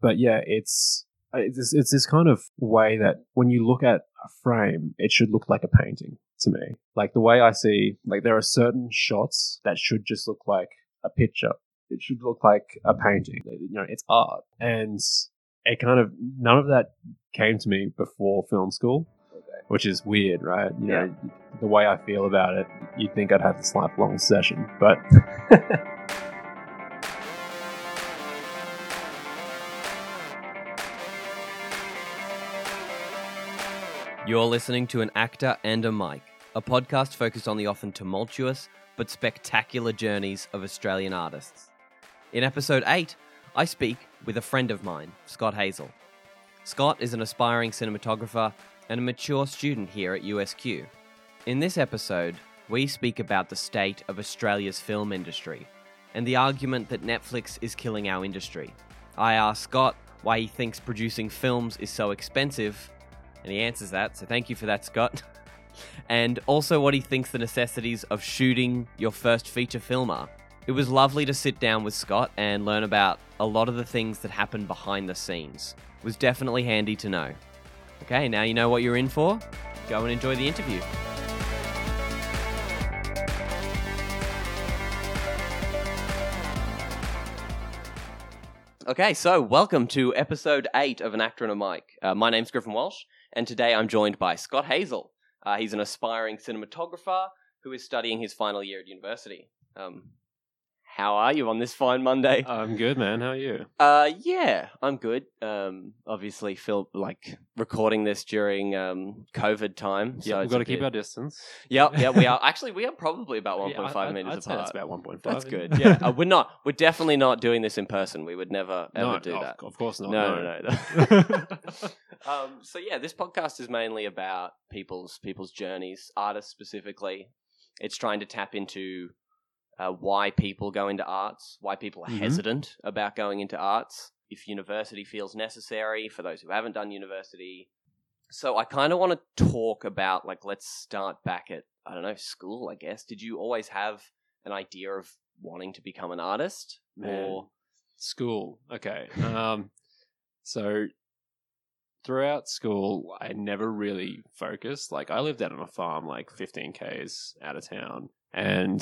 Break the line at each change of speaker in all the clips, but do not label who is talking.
But yeah, it's uh, it's, it's this kind of way that when you look at a frame, it should look like a painting to me. Like the way I see, like there are certain shots that should just look like a picture. It should look like a painting. You know, it's art, and it kind of none of that came to me before film school, which is weird, right? You know, the way I feel about it, you'd think I'd have this lifelong session, but.
You're listening to An Actor and a Mic, a podcast focused on the often tumultuous but spectacular journeys of Australian artists. In episode 8, I speak with a friend of mine, Scott Hazel. Scott is an aspiring cinematographer and a mature student here at USQ. In this episode, we speak about the state of Australia's film industry and the argument that Netflix is killing our industry. I ask Scott why he thinks producing films is so expensive and he answers that. So thank you for that, Scott. and also what he thinks the necessities of shooting your first feature film are. It was lovely to sit down with Scott and learn about a lot of the things that happen behind the scenes. It was definitely handy to know. Okay, now you know what you're in for. Go and enjoy the interview. Okay, so welcome to episode eight of An Actor and a Mic. Uh, my name's Griffin Walsh, and today I'm joined by Scott Hazel. Uh, he's an aspiring cinematographer who is studying his final year at university. Um, how are you on this fine Monday?
I'm good, man. How are you?
Uh, yeah, I'm good. Um, obviously, feel like recording this during um COVID
Yeah,
time. so
we've
it's
got to
a
keep
bit-
our distance.
Yep, yeah, we are actually we are probably about 1.5
Yeah, I- I'd-
meters
I'd say
apart.
That's about 1.5.
That's good. Yeah, uh, we're not. We're definitely not doing this in person. We would never ever
no,
do
of,
that.
Of course not.
No, no, no. um, so yeah, this podcast is mainly about people's people's journeys, artists specifically. It's trying to tap into uh, why people go into arts, why people are
Mhm.
hesitant about going into arts, if university feels necessary for those who haven't done university. So I kind of want to talk about like let's start back at I don't know school. I guess did you always have an idea of wanting to become an artist
Man.
or
School. Okay. Um, so throughout school, I never really focused. Like, I lived out on a farm, like 15 Ks out of town. And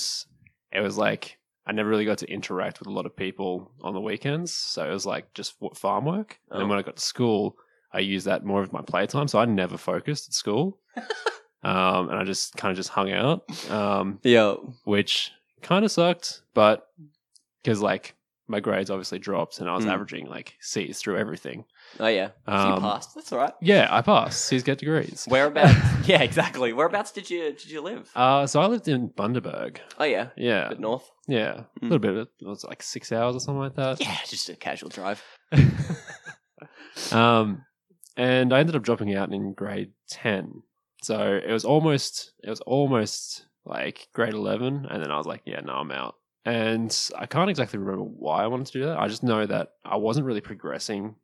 it was like, I never really got to interact with a lot of people on the weekends. So it was like just w- farm work. And
Oh.
then when I got to school, I used that more of my playtime. So I never focused at school. um, and I just kind of just hung out. Um,
yeah
which kind of sucked, but because like my grades obviously dropped and I was
Mm.
averaging like C's through everything.
oh yeah so you
Um,
passed that's all right
Yeah, I passed. C's get degrees.
Whereabouts? yeah, exactly. Whereabouts did you did you live?
Uh, so I lived in Bundaberg.
oh yeah,
Yeah,
a bit north.
yeah,
Hmm.
a little bit. It was like six hours or something like that.
Yeah, just a casual drive.
um, and I ended up dropping out in grade ten. So it was almost it was almost like grade eleven, and then I was like, yeah, no, I'm out. And I can't exactly remember why I wanted to do that. I just know that I wasn't really progressing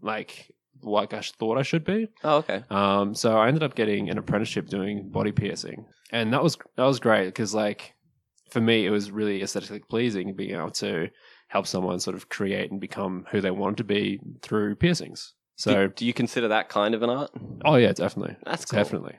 like like I sh- thought I should be.
Oh okay.
Um, so I ended up getting an apprenticeship doing body piercing, and that was that was great because like for me it was really aesthetically pleasing being able to help someone sort of create and become who they wanted to be through piercings. So
do, do you consider that kind of an art?
oh yeah, definitely,
That's cool.
definitely.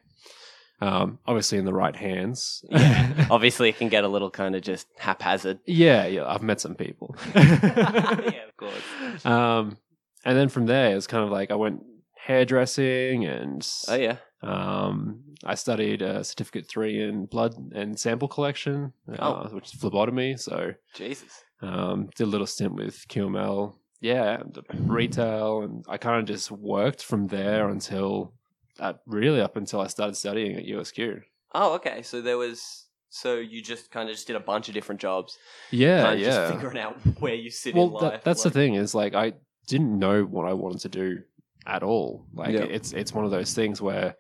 Um, obviously in the right hands.
Yeah. Obviously, it can get a little kind of just haphazard.
yeah, yeah. I've met some people.
of course.
um, and then from there it was kind of like I went hairdressing and
Oh yeah.
Um, I studied uh, certificate three in blood and sample collection, uh, which is phlebotomy. So
Jesus.
um, did a little stint with QML. Yeah, and retail, and I kind of just worked from there until uh, really up until I started studying at USQ.
Oh okay. So there was. So you just kind of just did a bunch of different jobs.
Yeah,
kind of
yeah.
Just figuring out where you sit in
well,
life.
that, that's the thing is like I didn't know what I wanted to do at all. Like
Yeah.
it's it's one of those things where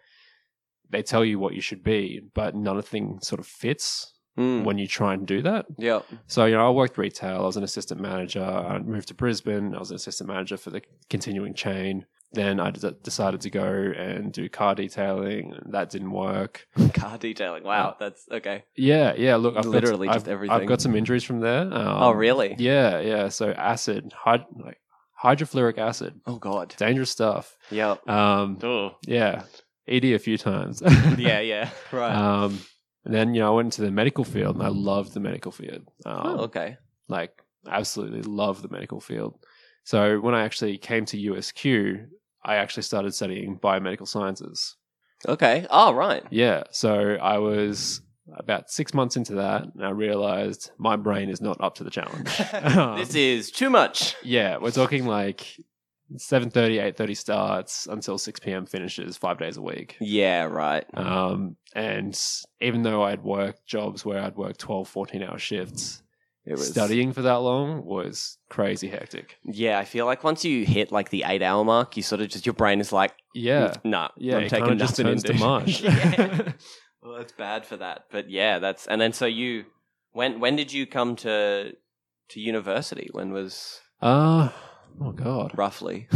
they tell you what you should be, but none of thing sort of fits
Mm,
when you try and do that.
yeah.
So, you know, I worked retail. I was an assistant manager. I moved to Brisbane. I was an assistant manager for the continuing chain. Then I d- decided to go and do car detailing, and that didn't work.
Car detailing. Wow. That's okay.
Yeah, yeah. Look, I've
Literally
got,
just Oh,
I've-
everything.
Um, I've got some injuries from there. Um,
oh really?
Yeah, yeah. So acid, hyd- like hydrofluoric acid.
Oh God.
Dangerous stuff.
Yep.
Um,
Oh.
yeah, ED a few times.
Yeah, yeah.
Right.
Um, and then you know I went into the medical field, and I loved the medical field. Um,
oh, okay.
Like absolutely love the medical field. So when I actually came to USQ, I actually started studying biomedical sciences.
Okay. Oh, right.
Yeah. So I was about six months into that, and I realized my brain is not up to the challenge. Um,
this is too much.
yeah, we're talking like 7.30, 8.30 starts until 6 p.m. finishes five days a week.
Yeah. Right.
Um, and even though I'd worked jobs where I'd worked 12, 14 hour shifts,
It was
studying for that long was crazy hectic.
Yeah, I feel like once you hit like the eight hour mark, you sort of just your brain is like,
Yeah.
nah,
Yeah,
I'm
it
taking
kinda just
nothing in,
turns to
dude.
mush.
Yeah. Well, that's bad for that. But yeah, that's and then so you when when did you come to to university? When was
Uh, oh, God.
roughly?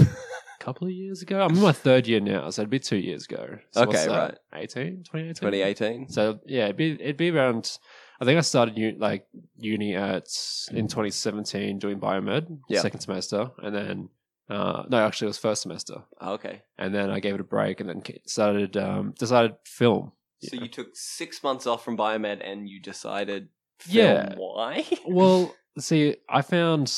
couple of years ago. I'm in my third year now, so it'd be two years ago. So
Okay,
right. 18, 2018?
2018.
So yeah, it'd be, it'd be around. I think I started uni, like uni at in 2017 doing biomed,
Yeah.
second semester, and then uh, no, actually it was first semester,
Oh, okay.
and then I gave it a break, and then ca- started um, decided film.
So
Yeah.
you took six months off from biomed, and you decided, film,
Yeah.
why?
Well, see, I found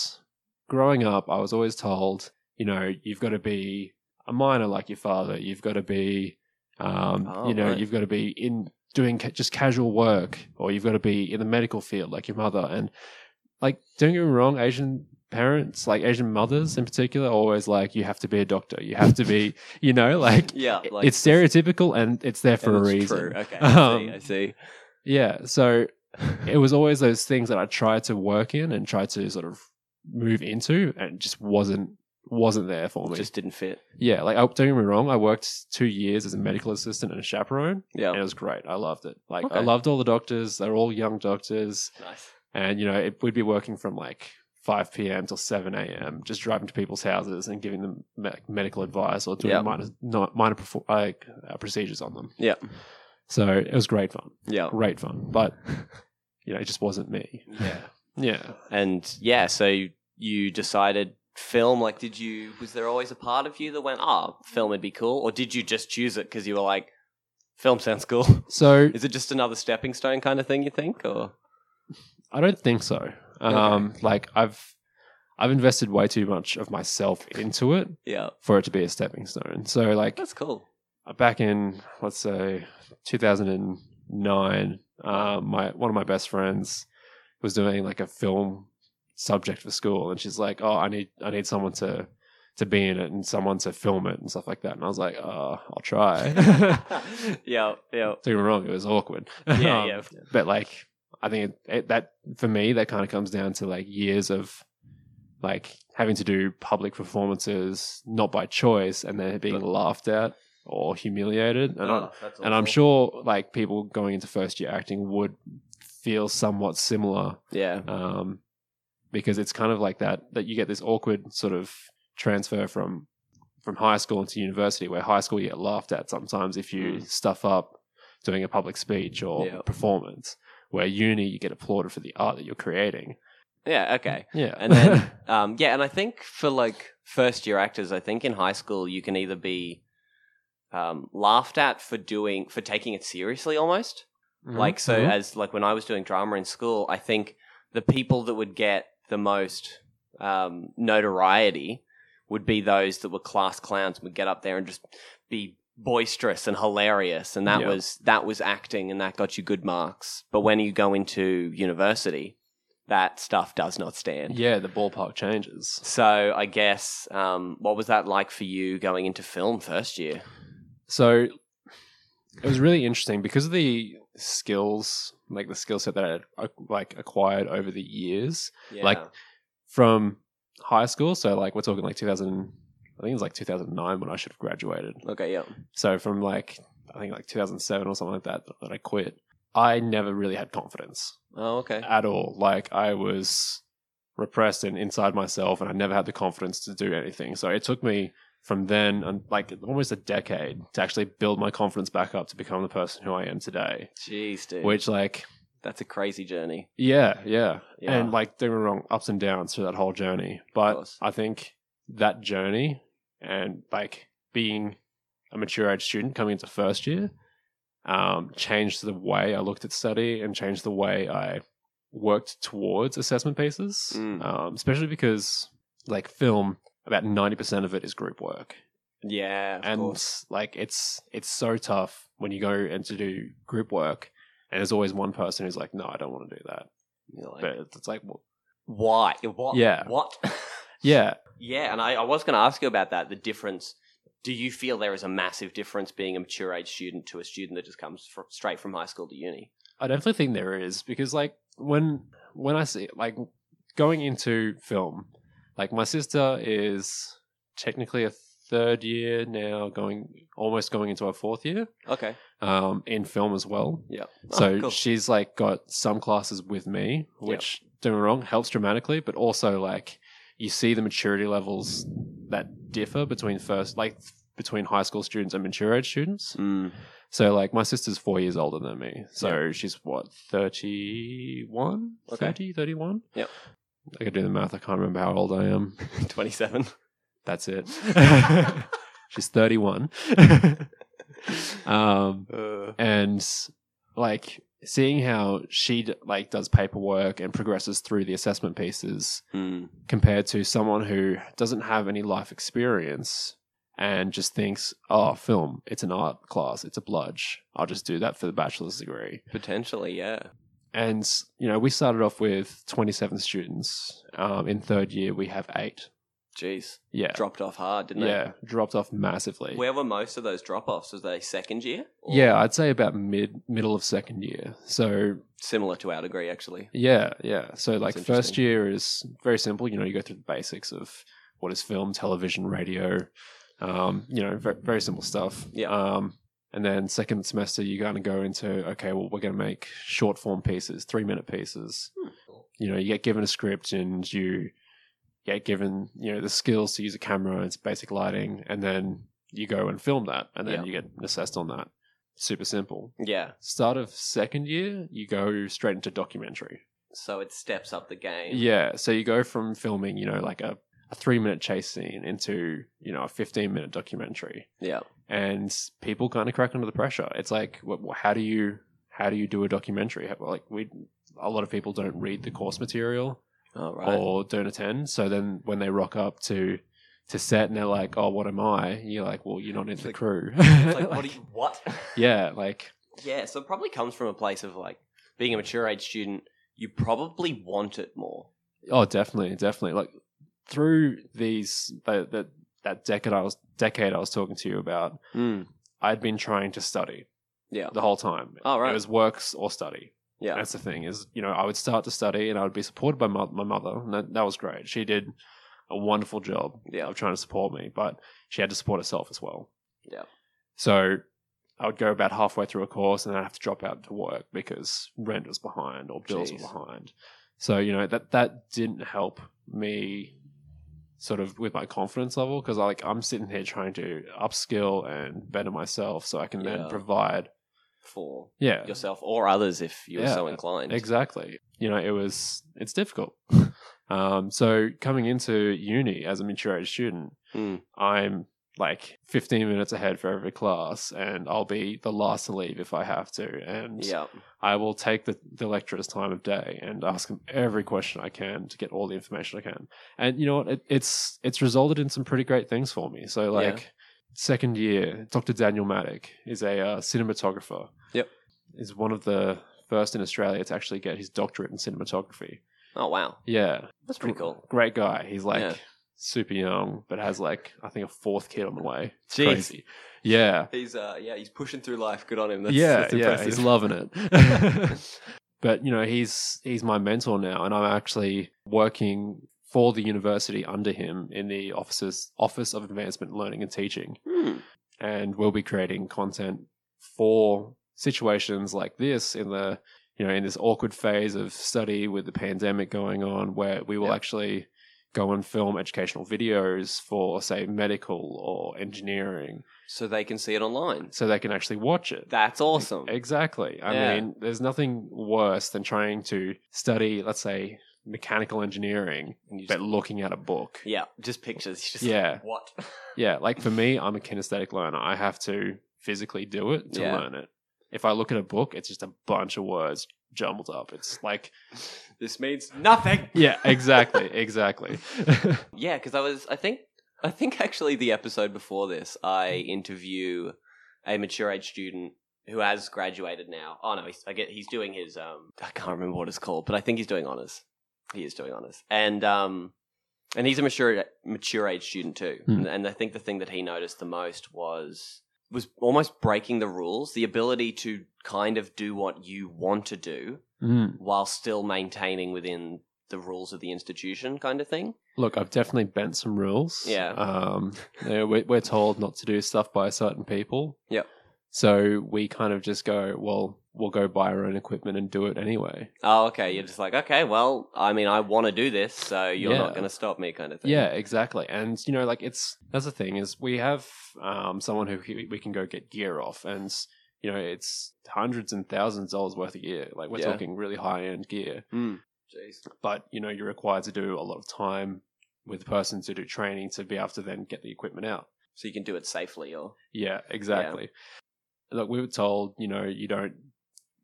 growing up, I was always told, you know, you've got to be a miner like your father. You've got to be, um,
Oh,
you know,
right.
you've got to be in doing ca- just casual work, or you've got to be in the medical field like your mother. And like, don't get me wrong, Asian parents, like Asian mothers in particular, are always like, you have to be a doctor. You have to be, you know, like.
yeah,
it's stereotypical and it's there for
and
a
it's
reason.
True. Okay, I see.
Um,
I see.
Yeah. So it was always those things that I tried to work in and tried to sort of move into and it just wasn't wasn't there for me.
Just didn't fit.
yeah, like I don't get me wrong, I worked two years as a medical assistant and a chaperone and it
Yeah,
was great. I loved it. Like I
Oh. Okay.
loved all the doctors, they're all young doctors
nice.
and you know, it, we'd be working from like 5 p.m. till 7 a.m. just driving to people's houses and giving them me- medical advice or doing
Yep.
minor minor, minor perfor- like, uh, procedures on them.
Yeah,
So it was great fun.
yeah,
Great fun. But you know, it just wasn't me.
yeah.
Yeah.
And yeah, so you- you decided film. Like, did you? Was there always a part of you that went, "Ah, film would be cool," or did you just choose it because you were like, "Film sounds cool"?
So
Is it just another stepping stone kind of thing? You think, or
I don't think so. Um, Like I've I've invested way too much of myself into it
yeah,
for it to be a stepping stone. So like
that's cool.
back in let's say 2009, uh, my one of my best friends was doing like a film subject for school, and she's like, "Oh, I need I need someone to." To be in it and someone to film it and stuff like that, and I was like, "Oh, I'll try." Don't
yeah, yeah,
get me wrong; it was awkward.
yeah,
Um,
yeah.
but like i think it, it, that for me that kind of comes down to like years of like having to do public performances not by choice and then being laughed at or humiliated
Oh,
and, I'm, and I'm sure like people going into first year acting would feel somewhat similar
Yeah,
um, because it's kind of like that that you get this awkward sort of transfer from from high school into university where high school you get laughed at sometimes if you
Mm.
stuff up doing a public speech or
Yeah.
performance where uni you get applauded for the art that you're creating
yeah. Okay.
yeah
And then, um, yeah, and I think for like first year actors, I think in high school you can either be um, laughed at for doing for taking it seriously almost.
Mhm.
Like so,
Mhm.
as like when I was doing drama in school, I think the people that would get the most um, notoriety would be those that were class clowns and would get up there and just be boisterous and hilarious, and that
Yeah.
was that was acting, and that got you good marks. But when you go into university, that stuff does not stand.
yeah the ballpark changes
So I guess um, what was that like for you going into film first year?
so it was really interesting because of the skills like the skill set that i had uh, like acquired over the years
Yeah.
Like- from high school. So like we're talking like 2000, I think it was like 2009 when I should have graduated.
okay, yeah,
So from like I think like 2007 or something like that that I quit. I never really had confidence
oh okay,
at all. Like I was repressed and inside myself, and I never had the confidence to do anything. So it took me from then and like almost a decade to actually build my confidence back up to become the person who I am today.
jeez, dude,
Which like
that's a crazy journey.
yeah, yeah.
Yeah.
And like, don't get me wrong, ups and downs through that whole journey.
Of
But
course.
I think that journey and like being a mature age student coming into first year um, changed the way I looked at study and changed the way I worked towards assessment pieces,
Mm.
um, especially because like film, about ninety percent of it is group work,
Yeah, of
and
course.
like it's it's so tough when you go and to do group work, and there's always one person who's like, no, I don't want to do that,
You're like,
but it's, it's like, well,
why? What?
Yeah.
What?
yeah,
yeah, and I, I was going to ask you about that. The difference. Do you feel there is a massive difference being a mature age student to a student that just comes fr- straight from high school to uni?
I definitely think there is because like when when I see like going into film, like my sister is technically a third year now, going almost going into her fourth year
Okay.
um, in film as well.
Yeah.
So
Oh, cool.
she's like got some classes with me, which don't get me wrong helps dramatically, but also like you see the maturity levels that differ between first like between high school students and mature age students.
Mm.
So like my sister's four years older than me. So she's what, 31?
Okay.
30, 31?
Yep.
I could do the math. I can't remember how old I am.
Twenty-seven.
That's it. she's 31. um,
Uh,
and like seeing how she d- like does paperwork and progresses through the assessment pieces
mm.
compared to someone who doesn't have any life experience and just thinks, oh, film, it's an art class, it's a bludge. I'll just do that for the bachelor's degree.
Potentially, yeah.
And, you know, we started off with 27 students. Um, in third year, we have eight.
Jeez,
Yeah.
dropped off hard, didn't
yeah. Dropped off massively.
they? Where were most of those drop-offs? Was they second year? Or-
yeah, I'd say about mid middle of second year. So
similar to our degree, actually.
Yeah, yeah. So like
That's
first
interesting.
year is very simple. You know, you go through the basics of what is film, television, radio. Um, you know, very, very simple stuff.
Yeah.
Um, and then second semester, you're going to go into okay, well, we're going to make short form pieces, three minute pieces.
Hmm.
You know, you get given a script and you get given you know the skills to use a camera and its basic lighting, and then you go and film that, and then
Yeah.
you get assessed on that. Super simple.
Yeah.
Start of second year, you go straight into documentary.
So it steps up the game.
Yeah. So you go from filming, you know, like a, a three minute chase scene into, you know, a 15 minute documentary.
Yeah.
And people kind of crack under the pressure. It's like, wh- wh- how do you, how do you do a documentary? How- Like we, a lot of people don't read the course material
All right.
or don't attend. So then when they rock up to, to set and they're like, oh, what am I? And you're like, well, you're not in
It's
the
like-
crew.
It's like, what?
Like,
Do you, what?
yeah. Like,
yeah. So it probably comes from a place of like being a mature age student. You probably want it more.
Oh, definitely, definitely. Like through these that that that decade I was decade I was talking to you about,
Mm.
I'd been trying to study
Yeah.
the whole time.
All right.
It was works or study.
Yeah.
That's the thing is, you know, I would start to study and I would be supported by my, my mother, and that, that was great. She did a wonderful job
Yeah.
of trying to support me, but she had to support herself as well.
Yeah.
So I would go about halfway through a course and then I'd have to drop out to work because rent was behind or bills
Jeez.
were behind. So, you know, that that didn't help me sort of with my confidence level because I like I'm sitting here trying to upskill and better myself so I can
Yeah.
then provide
For
yeah.
yourself or others if you were so
Yeah,
inclined.
Exactly. You know, it was it's difficult. um, so coming into uni as a mature age student,
Mm.
I'm like 15 minutes ahead for every class, and I'll be the last to leave if I have to, and
Yeah.
I will take the, the lecturer's time of day and ask him every question I can to get all the information I can. And you know what? It, it's it's resulted in some pretty great things for me. So like second year, Dr. Daniel Maddock is a uh, cinematographer.
Yep.
is one of the first in Australia to actually get his doctorate in cinematography.
Oh wow.
Yeah,
That's pretty cool.
great guy. He's like
Yeah.
super young, but has like I think a fourth kid on the way. It's
Jeez.
Crazy. Yeah.
He's uh yeah he's pushing through life. Good on him. That's,
yeah,
that's
yeah,
impressive.
he's loving it. but you know, he's he's my mentor now, and I'm actually working for the university under him in the offices Office of Advancement Learning and Teaching,
Hmm.
and we'll be creating content for situations like this in the you know in this awkward phase of study with the pandemic going on, where we will
Yeah.
actually go and film educational videos for say medical or engineering
So they can see it online.
so they can actually watch it
That's awesome.
Exactly. I
Yeah.
mean, there's nothing worse than trying to study, let's say, mechanical engineering,
And you just,
but looking at a book.
yeah, just pictures. You're just
Yeah.
Like, what?
Yeah, like for me, I'm a kinesthetic learner. I have to physically do it to
Yeah.
learn it. If I look at a book, it's just a bunch of words jumbled up. It's like,
this means nothing.
yeah, exactly, exactly.
Yeah, because I was, I think, I think actually the episode before this, I interview a mature age student who has graduated now. Oh no, he's, I get he's doing his, um, I can't remember what it's called, but I think he's doing honors. He is doing honors, and um, and he's a mature mature age student too.
Hmm.
And, and I think the thing that he noticed the most was was almost breaking the rules, the ability to kind of do what you want to do
Mm.
while still maintaining within the rules of the institution, kind of thing.
Look, I've definitely bent some rules.
Yeah.
Um, you know, we're, we're told not to do stuff by certain people.
Yep.
So we kind of just go, well, we'll go buy our own equipment and do it anyway.
Oh, okay.
Mm.
You're just like, okay, well, I mean, I want to do this, so you're
Yeah.
not going to stop me, kind of thing.
Yeah, exactly. And you know, like it's that's the thing is we have um, someone who we we can go get gear off, and you know it's hundreds and thousands of dollars worth of gear. Like we're
Yeah.
talking really high end gear,
Hmm.
Mm. Jeez.
but you know you're required to do a lot of time with the person to do training to be able to then get the equipment out.
So you can do it safely, or
Yeah, exactly. Look, we were told you know you don't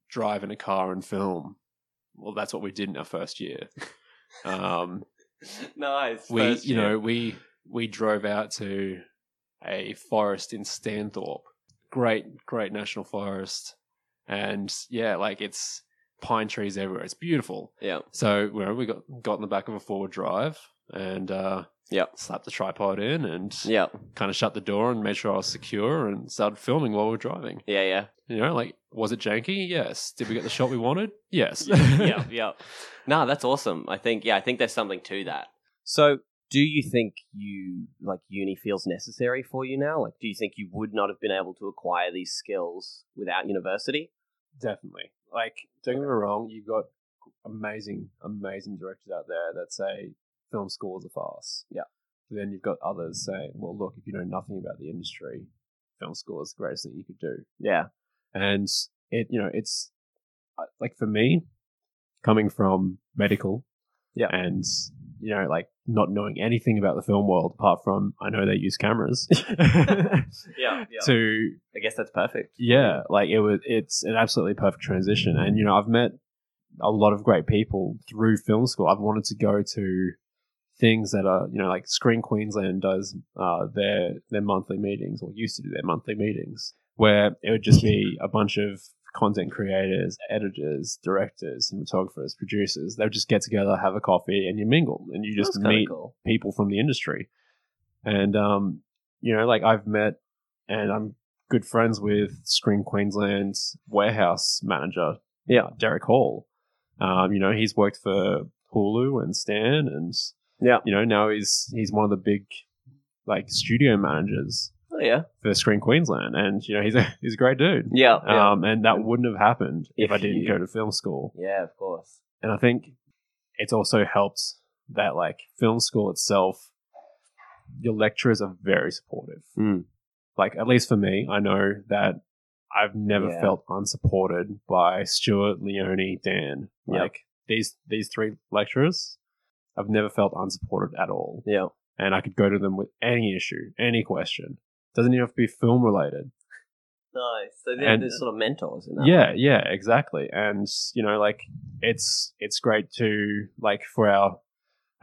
drive in a car and film. Well, that's what we did in our first year. Um,
nice.
we
first
you
year.
know we we drove out to a forest in Stanthorpe, great great national forest, and yeah, like it's pine trees everywhere. It's beautiful.
yeah,
So you know, we got got in the back of a forward drive and uh,
Yep.
slapped the tripod in and
yeah,
kind of shut the door and made sure I was secure and started filming while we were driving.
yeah, yeah,
You know, like was it janky? Yes. Did we get the shot we wanted? Yes.
yeah, yeah. No, that's awesome. I think, yeah, I think there's something to that.
So, do you think you like uni feels necessary for you now? Like, do you think you would not have been able to acquire these skills without university?
Definitely. Like, don't get me wrong, you've got amazing, amazing directors out there that say film school is a farce.
Yeah.
But then you've got others saying, well, look, if you know nothing about the industry, film school is the greatest thing you could do.
Yeah,
And it, you know, it's I- like for me, coming from medical,
Yeah.
and you know, like not knowing anything about the film world apart from I know they use cameras.
yeah, yeah.
To
I guess that's perfect.
yeah, like it was. It's an absolutely perfect transition, and you know, I've met a lot of great people through film school. I've wanted to go to things that are, you know, like Screen Queensland does uh, their their monthly meetings, or used to do their monthly meetings, where it would just be a bunch of content creators, editors, directors, cinematographers, producers. They would just get together, have a coffee, and you mingle, and you just
That's kinda
meet
cool.
people from the industry. And um, you know, like I've met and I'm good friends with Screen Queensland's warehouse manager,
Yeah.
uh, Derek Hall. Um, you know, he's worked for Hulu and Stan, and
Yeah.
you know, now he's he's one of the big like studio managers
Oh yeah,
for Screen Queensland, and you know, he's a he's a great dude.
yeah, yeah.
Um, and that wouldn't have happened if,
If
I didn't
you-
go to film school
yeah, of course.
and I think it's also helped that like film school itself, your lecturers are very supportive.
Mm.
Like at least for me, I know that I've never
Yeah.
felt unsupported by Stuart, Leone, Dan.
Yep.
Like these these three lecturers, I've never felt unsupported at all,
Yeah,
and I could go to them with any issue, any question. Doesn't even have to be film related.
nice. So
they're- And- they're
sort of mentors in
Yeah, yeah, exactly. And you know, like it's it's great to like for our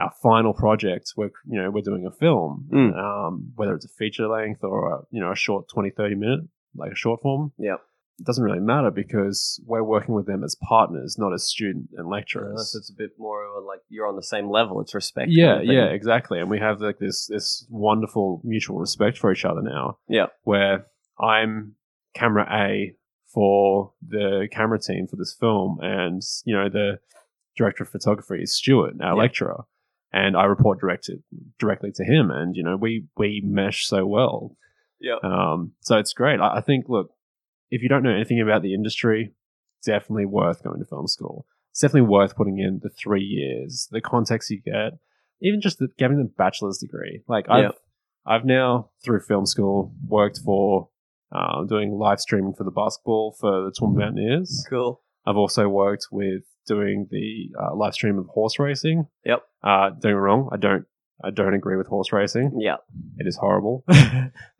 our final project, we're you know we're doing a film,
Mm.
um, whether it's a feature length or a, you know a short 20, 30 minute, like a short form.
Yep.
it doesn't really matter because we're working with them as partners, not as student and
Unless
lecturers.
it's a bit more of a, like you're on the same level. It's respect.
yeah,
kind of thing.
yeah, exactly. And we have like this this wonderful mutual respect for each other now.
Yeah.
where I'm camera A for the camera team for this film, and you know the director of photography is Stuart, our
Yeah.
lecturer, and I report directed directly to him, and you know we we mesh so well.
Yeah.
Um. So it's great. I, I think. Look, if you don't know anything about the industry, definitely worth going to film school. It's definitely worth putting in the three years, the context you get, even just the, getting the bachelor's degree. Like I've
Yeah.
I've now through film school worked for um, doing live streaming for the basketball for the Twin Mountaineers.
Cool.
I've also worked with doing the uh, live stream of horse racing.
Yep.
Uh, don't get me wrong. I don't. I don't agree with horse racing.
Yeah.
It is horrible.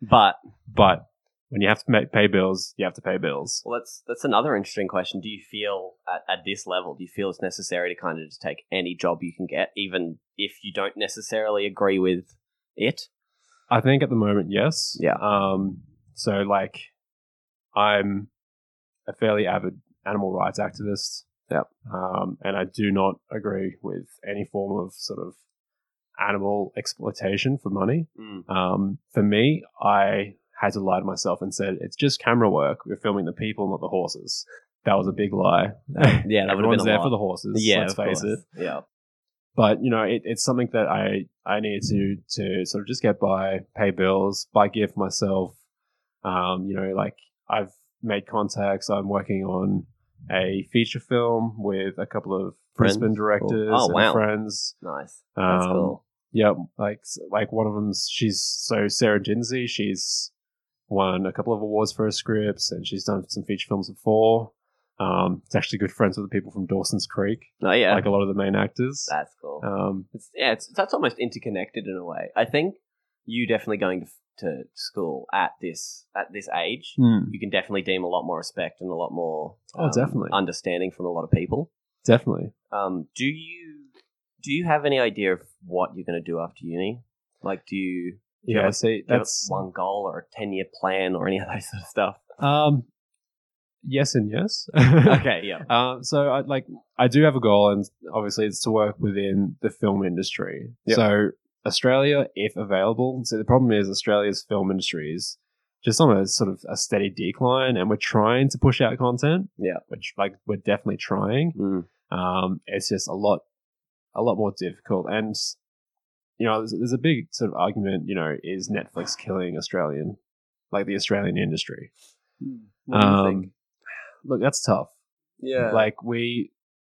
But
but when you have to make, pay bills, you have to pay bills.
well, that's that's another interesting question. Do you feel at, at this level? Do you feel it's necessary to kind of just take any job you can get, even if you don't necessarily agree with it?
I think at the moment, yes.
Yeah.
Um. So like, I'm a fairly avid animal rights activist.
Yep.
Um, and I do not agree with any form of sort of animal exploitation for money.
Mm.
Um, for me, I had to lie to myself and said it's just camera work. We're filming the people, not the horses. That was a big lie.
Yeah, that would have been
Everyone's
a
there
lot.
for the horses.
yeah,
let's
of
face
course.
it
Yeah,
but you know it, it's something that i i needed to to sort of just get by pay bills buy gear for myself um you know like i've made contacts i'm working on a feature film with a couple of
Friends?
brisbane directors
Oh,
and
wow.
friends
nice.
um
That's cool.
yeah like like one of them's she's so sarah Jinsey, she's won a couple of awards for her scripts and she's done some feature films before um it's actually good friends with the people from dawson's creek
Oh yeah,
like a lot of the main actors
that's cool.
um
It's, yeah, it's, that's almost interconnected in a way. I think you definitely going to, f- to school at this at this age, you can definitely deem a lot more respect and a lot more
Hmm.
um,
Oh, definitely.
understanding from a lot of people.
Definitely.
Um, do you do you have any idea of what you're going to do after uni? Like, do you, do you
Yeah.
have, a-
See,
do you have
that's
one goal or a ten year plan or any of those sort of stuff?
um, yes and yes.
okay, yeah,
Um, so I like I do have a goal, and obviously it's to work within the film industry.
Yep.
So Australia, if available. So the problem is Australia's film industry is just on a sort of a steady decline, and we're trying to push out content.
Yeah.
which like we're definitely trying.
Mm.
Um, it's just a lot, a lot more difficult, and you know, there's, there's a big sort of argument. You know, is Netflix killing Australian, like the Australian industry?
What do you
Um,
think?
Look, that's tough.
Yeah,
Like we,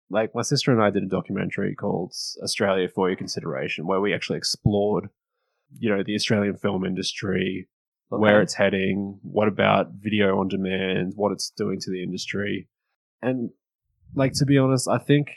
like my sister and I did a documentary called Australia for Your Consideration, where we actually explored, you know, the Australian film industry, where
Okay.
it's heading, what about video on demand, what it's doing to the industry. And like to be honest, I think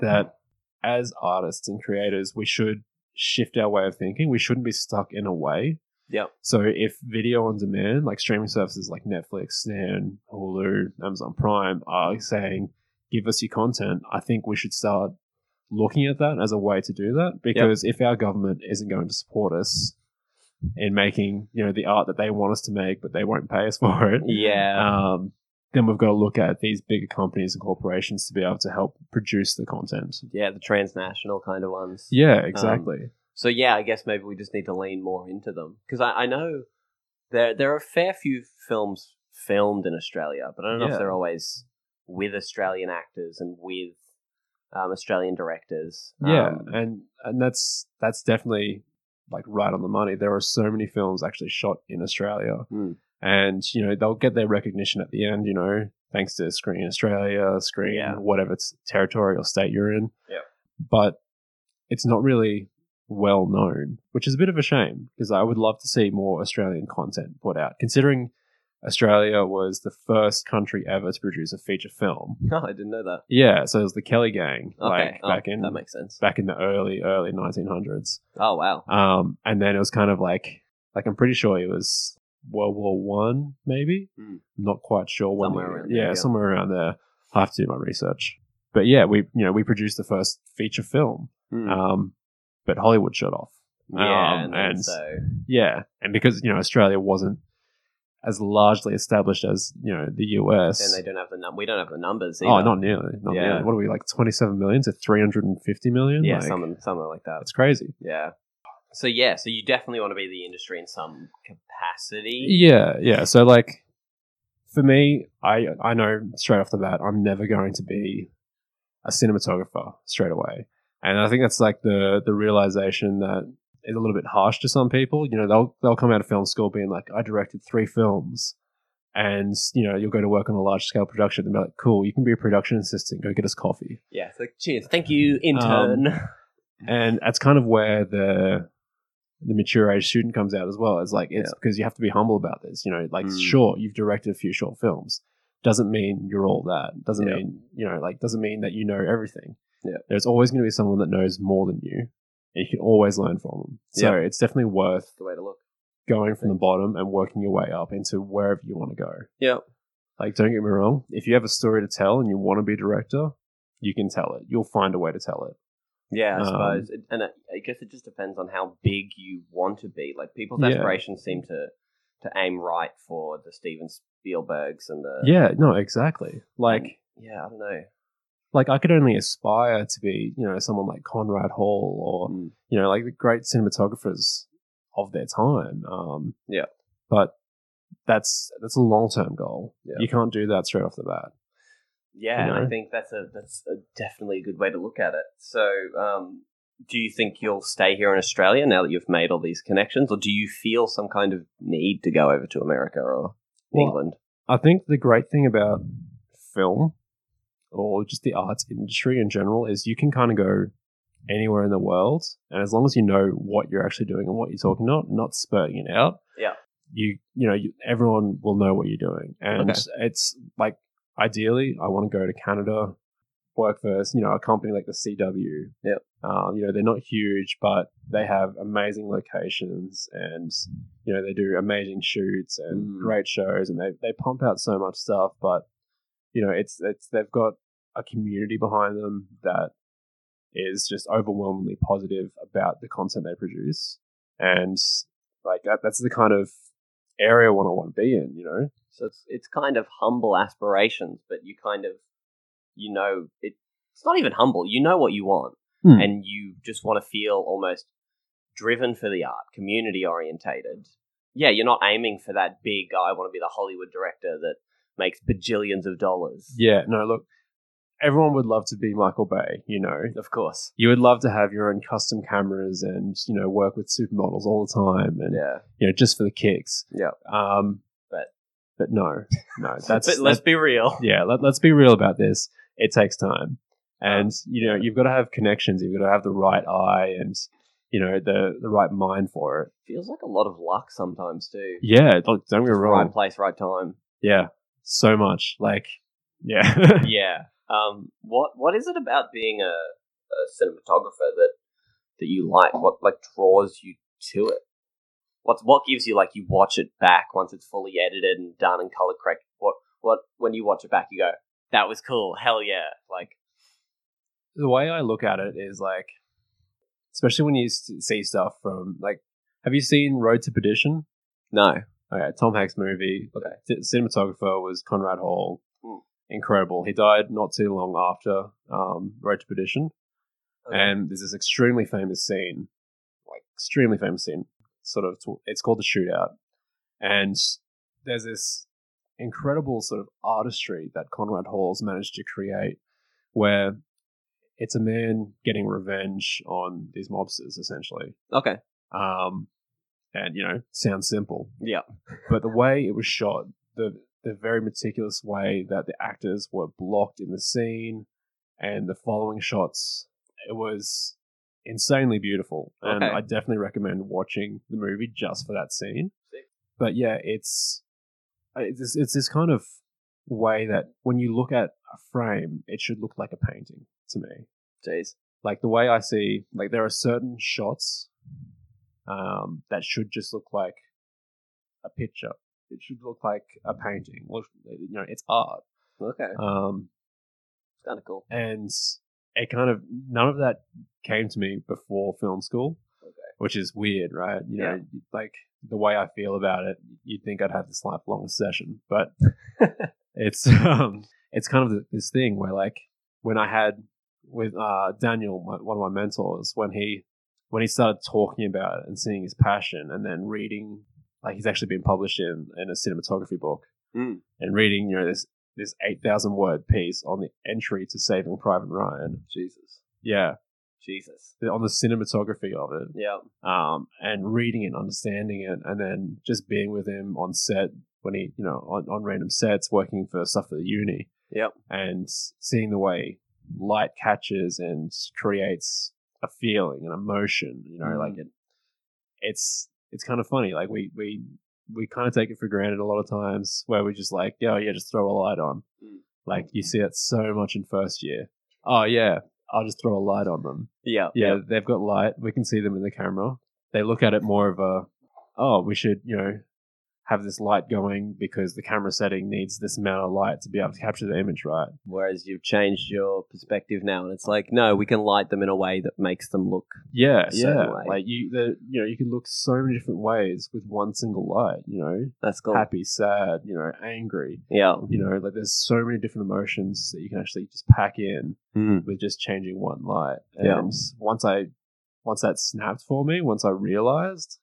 that as artists and creators, we should shift our way of thinking. We shouldn't be stuck in a way.
Yep.
So if video on demand, like streaming services like Netflix, Stan, Hulu, Amazon Prime are saying, give us your content, I think we should start looking at that as a way to do that. Because if our government isn't going to support us in making, you know, the art that they want us to make, but they won't pay us for it,
yeah,
um, then we've got to look at these bigger companies and corporations to be able to help produce the content.
yeah, the transnational kind of ones.
Yeah, exactly.
So yeah, I guess maybe we just need to lean more into them because I, I know there there are a fair few films filmed in Australia, but I don't know
Yeah.
if they're always with Australian actors and with um, Australian directors.
yeah,
Um,
and and that's that's definitely like right on the money. There are so many films actually shot in Australia,
Hmm.
and you know they'll get their recognition at the end. You know, thanks to Screen Australia, Screen
Yeah.
whatever t- territory or state you're in.
Yep.
but it's not really well known, which is a bit of a shame because I would love to see more Australian content put out. Considering Australia was the first country ever to produce a feature film.
no, I didn't know that.
Yeah, so it was the Kelly Gang,
Okay,
like
oh,
back in
that makes sense.
back in the early early 1900s.
Oh wow,
Um, and then it was kind of like like I'm pretty sure it was World War One, maybe.
Hmm.
Not quite sure when.
Somewhere
it-
around
yeah,
there, yeah.
somewhere around there. I have to do my research. But yeah, we you know we produced the first feature film.
Hmm.
Um, but Hollywood shut off.
yeah,
um,
and, then
and-
so
Yeah, and because you know Australia wasn't as largely established as you know the US.
and they don't have the num- we don't have the numbers. Either.
oh, not nearly. Not
Yeah.
nearly. What are we like? Twenty-seven million to three hundred and fifty million.
yeah,
like,
something something like that.
that's crazy.
Yeah. So yeah, so you definitely want to be in the industry in some capacity.
Yeah, yeah. So like for me, I I know straight off the bat I'm never going to be a cinematographer straight away. And I think that's like the the realization that is a little bit harsh to some people. You know, they'll they'll come out of film school being like, I directed three films and you know, you'll go to work on a large scale production and be like, Cool, you can be a production assistant, go get us coffee.
Yeah, it's like cheers. Thank you,
Um,
intern.
and that's kind of where the the mature age student comes out as well. It's like it's because you have to be humble about this. You know, like
Mm.
sure you've directed a few short films, doesn't mean you're all that. Doesn't
Yeah.
mean you know, like doesn't mean that you know everything.
Yeah.
There's always going to be someone that knows more than you, and you can always learn from them. So it's definitely worth
The way to look.
going from the bottom and working your way up into wherever you want to go.
Yeah.
Like, don't get me wrong. If you have a story to tell and you want to be a director, you can tell it. You'll find a way to tell it.
Yeah, I
Um,
suppose, It- and it, I guess it just depends on how big you want to be. Like people's
Yeah.
aspirations seem to to aim right for the Steven Spielbergs and the
yeah. No, exactly. Like,
yeah, I don't know.
like I could only aspire to be, you know, someone like Conrad Hall or
Mm.
you know, like the great cinematographers of their time. Um,
Yeah.
but that's that's a long term goal.
Yeah.
You can't do that straight off the bat.
Yeah,
You
and I
know?
think that's a that's a definitely a good way to look at it. So, um, do you think you'll stay here in Australia now that you've made all these connections, or do you feel some kind of need to go over to America or
Well,
England?
I think the great thing about film or just the arts industry in general is you can kind of go anywhere in the world, and as long as you know what you're actually doing and what you're talking about, not spurting it out,
Yeah.
you you know you, everyone will know what you're doing, and
Okay.
it's like ideally I want to go to Canada, work for you know a company like the CW,
Yep.
um, you know they're not huge, but they have amazing locations and you know they do amazing shoots and
Mm.
great shows and they, they pump out so much stuff but you know it's it's they've got a community behind them that is just overwhelmingly positive about the content they produce and like that, that's the kind of area I want to be in you know
So it's it's kind of humble aspirations, but you kind of you know it. It's not even humble. You know what you want,
Hmm.
and you just want to feel almost driven for the art, community orientated. Yeah, you're not aiming for that big. "Oh, I want to be the Hollywood director that makes bajillions of dollars.
yeah no look everyone would love to be Michael Bay you know
Of course.
you would love to have your own custom cameras and you know work with supermodels all the time and
Yeah.
you know just for the kicks
Yeah.
um
But-
but no no that's
but let's be real.
yeah let, let's be real about this it takes time and you know you've got to have connections you've got to have the right eye and you know the the right mind for it
Feels like a lot of luck sometimes too.
yeah don't, don't get me
Right
wrong
place, right time.
yeah so much like yeah
yeah. Um. What What is it about being a, a cinematographer that that you like? What like draws you to it? What's What gives you like you watch it back once it's fully edited and done and color corrected? What What when you watch it back, you go, "That was cool. Hell yeah!" Like
the way i look at it is like especially when you s- see stuff from like have you seen road to perdition
no.
Okay, Tom Hanks movie. Okay, c- cinematographer was Conrad Hall.
Mm.
Incredible. He died not too long after um, Road to Perdition,
Okay.
and there's this extremely famous scene, like extremely famous scene. Sort of, t- it's called the shootout, and there's this incredible sort of artistry that Conrad Hall's managed to create, where it's a man getting revenge on these mobsters, essentially.
Okay.
Um, and you know, sounds simple.
Yeah.
But the way it was shot, the the very meticulous way that the actors were blocked in the scene and the following shots, it was insanely beautiful. And
Okay.
I definitely recommend watching the movie just for that scene.
Sick.
But yeah, it's uh, it's this, it's this kind of way that when you look at a frame, it should look like a painting to me
Jeez.
like the way I see, like there are certain shots um, that should just look like a picture. It should look like a painting. Well, you know, it's art,
Okay.
um,
Kind of cool.
and it kind of none of that came to me before film school, which is weird, right? You know, like the way I feel about it, you'd think I'd have this lifelong session, but it's um, it's kind of th- this thing where like when I had with uh, Daniel, my, one of my mentors, when he when he started talking about it and seeing his passion, and then reading like he's actually been published in in a cinematography book,
Mm.
and reading you know this this eight thousand word piece on the entry to Saving Private Ryan,
Jesus.
yeah,
Jesus.
the- on the cinematography of it,
Yeah.
um, and reading it, and understanding it, and then just being with him on set when he, you know, on, on random sets working for stuff for the uni.
Yep.
And s- seeing the way light catches and creates a
Mm.
feeling, an emotion, you know, like it, it's it's kind of funny. Like we we we kind of take it for granted a lot of times where we're just like, yeah, yeah, just throw a light on.
Mm.
Like you see that so much in first year. Oh yeah, I'll just throw a light on them.
Yeah.
Yeah, they've got light. We can see them in the camera. They look at it more of a, oh, we should, you know, have this light going because the camera setting needs this amount of light to be able to capture the image right.
Whereas you've changed your perspective now, and it's like, no, we can light them in a way that makes them look.
Yeah, yeah.
Certainly.
Like you, the, you know, you can look so many different ways with one single light. You know,
That's cool.
happy, sad, you know, angry.
Yeah.
You know, like there's so many different emotions that you can actually just pack in with just changing one light. And
Mm. Yeah.
once I, once that snapped for me, once I realized,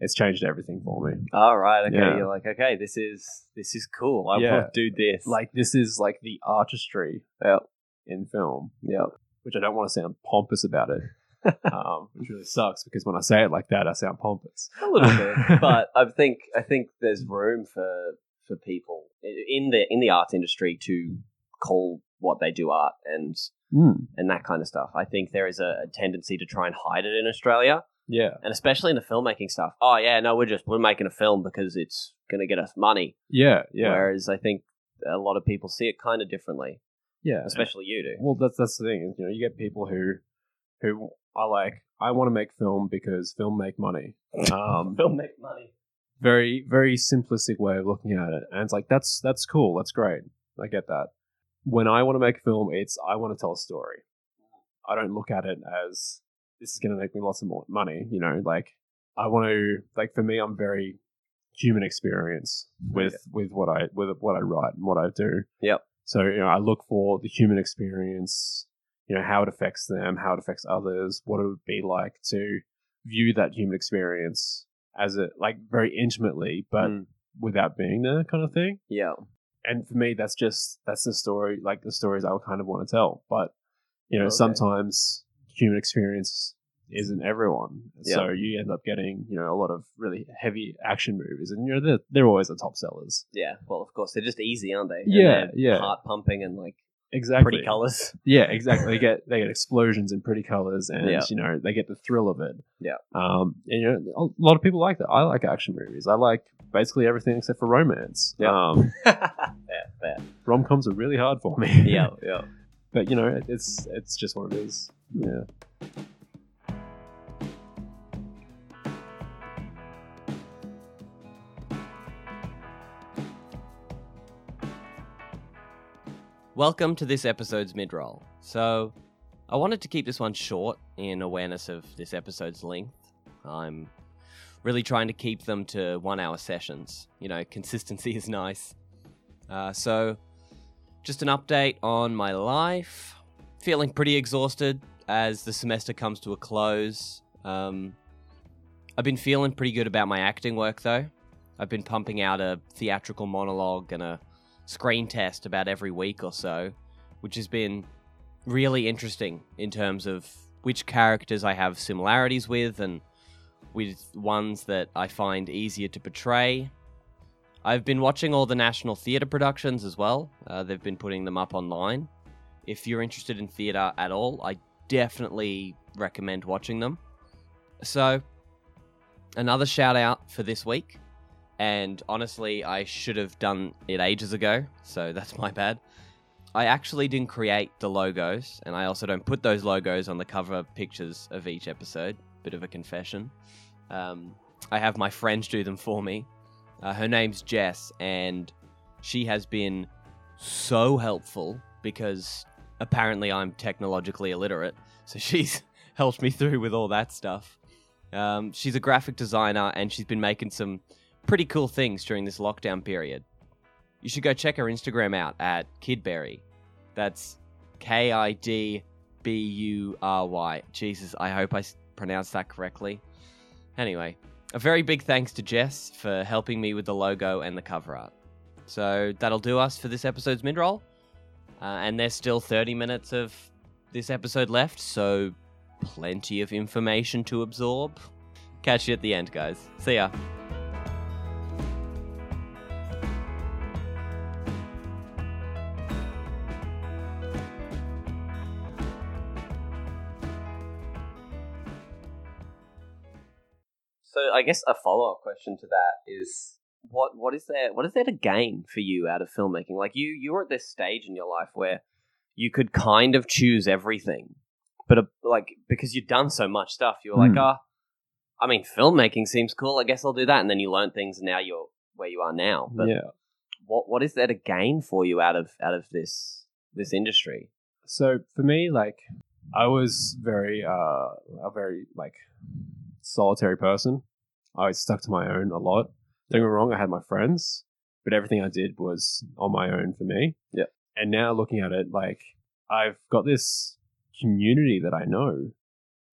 it's changed everything for me.
All right. Okay.
Yeah.
You're like, okay, this is this is cool. I
Yeah.
want to do this.
Like this is like the artistry
Yeah.
in film,
yeah.
which I don't want to sound pompous about it, um, which really sucks because when I say it like that, I sound pompous.
a little bit, but I think I think there's room for for people i- in the in the arts industry to call what they do art and
Mm.
and that kind of stuff. I think there is a, a tendency to try and hide it in Australia,
Yeah,
and especially in the filmmaking stuff. Oh yeah, no, we're just we're making a film because it's gonna get us money.
yeah, yeah,
Whereas I think a lot of people see it kind of differently,
yeah.
especially you do.
Well, that's that's the thing. is, You know, you get people who who are like, I want to make film because film make money. Um,
Film make money.
very very simplistic way of looking at it, and it's like that's that's cool, that's great. I get that. When I want to make a film, it's I want to tell a story. I don't look at it as this is going to make me lots of more money. You know, like I want to like for me, I'm very human experience with with what I with what I write and what I do.
Mm-hmm. Yep.
So you know, I look for the human experience. You know how it affects them, how it affects others, what it would be like to view that human experience as a like very intimately, but
Mm.
without being there, kind of thing
Yeah.
and for me that's just that's the story like the stories i would kind of want to tell but you know
Okay.
sometimes human experience isn't everyone so you end up getting you know a lot of really heavy action movies and you know they're, they're always the top sellers
Yeah. Well, of course, they're just easy, aren't they? And
Yeah,
they're
yeah.
Heart pumping and like
exactly
pretty colors.
yeah exactly they get they get explosions and pretty colors and
Yeah.
you know they get the thrill of it
Yeah.
um and, you know a lot of people like that i like action movies i like basically everything except for romance
Yeah.
um
fair, fair.
rom-coms are really hard for me
Yeah, yeah.
but you know it- it's it's just what it is yeah
Welcome to this episode's midroll. So, I wanted to keep this one short in awareness of this episode's length. I'm really trying to keep them to one hour sessions. You know, consistency is nice. Uh, so, just an update on my life. Feeling pretty exhausted as the semester comes to a close. Um, I've been feeling pretty good about my acting work, though. I've been pumping out a theatrical monologue and a screen test about every week or so, which has been really interesting in terms of which characters I have similarities with and with ones that I find easier to portray. I've been watching all the National Theatre productions as well. Uh, they've been putting them up online. If you're interested in theatre at all, I definitely recommend watching them. So, another shout out for this week and honestly, I should have done it ages ago, so that's my bad. I actually didn't create the logos, and I also don't put those logos on the cover pictures of each episode. Bit of a confession. Um, I have my friends do them for me. Uh, her name's Jess, and she has been so helpful because apparently I'm technologically illiterate, so she's helped me through with all that stuff. Um, she's a graphic designer, and she's been making some pretty cool things during this lockdown period. You should go check her Instagram out at Kidberry. That's K I D B U R Y. Jesus, I hope I s- pronounced that correctly. Anyway, a very big thanks to Jess for helping me with the logo and the cover art. So that'll do us for this episode's midroll. Uh, and there's still 30 minutes of this episode left, so plenty of information to absorb. Catch you at the end, guys. See ya.
So I
I guess a follow up question to that is what what is there what is there to gain for you out of filmmaking? Like you you were at this stage in your life where you could kind of choose everything, but uh like because you'd done so much stuff, you were
Hmm.
like, ah, I mean, filmmaking seems cool. I guess I'll do that, and then you learn things, and now you're where you are now. But
yeah.
what what is there to gain for you out of out of this this industry?
So for me, like I was very uh a very like solitary person. I was stuck to my own a lot. Don't get me wrong, I had my friends, but everything I did was on my own for me.
Yeah.
And now looking at it, like I've got this community that I know.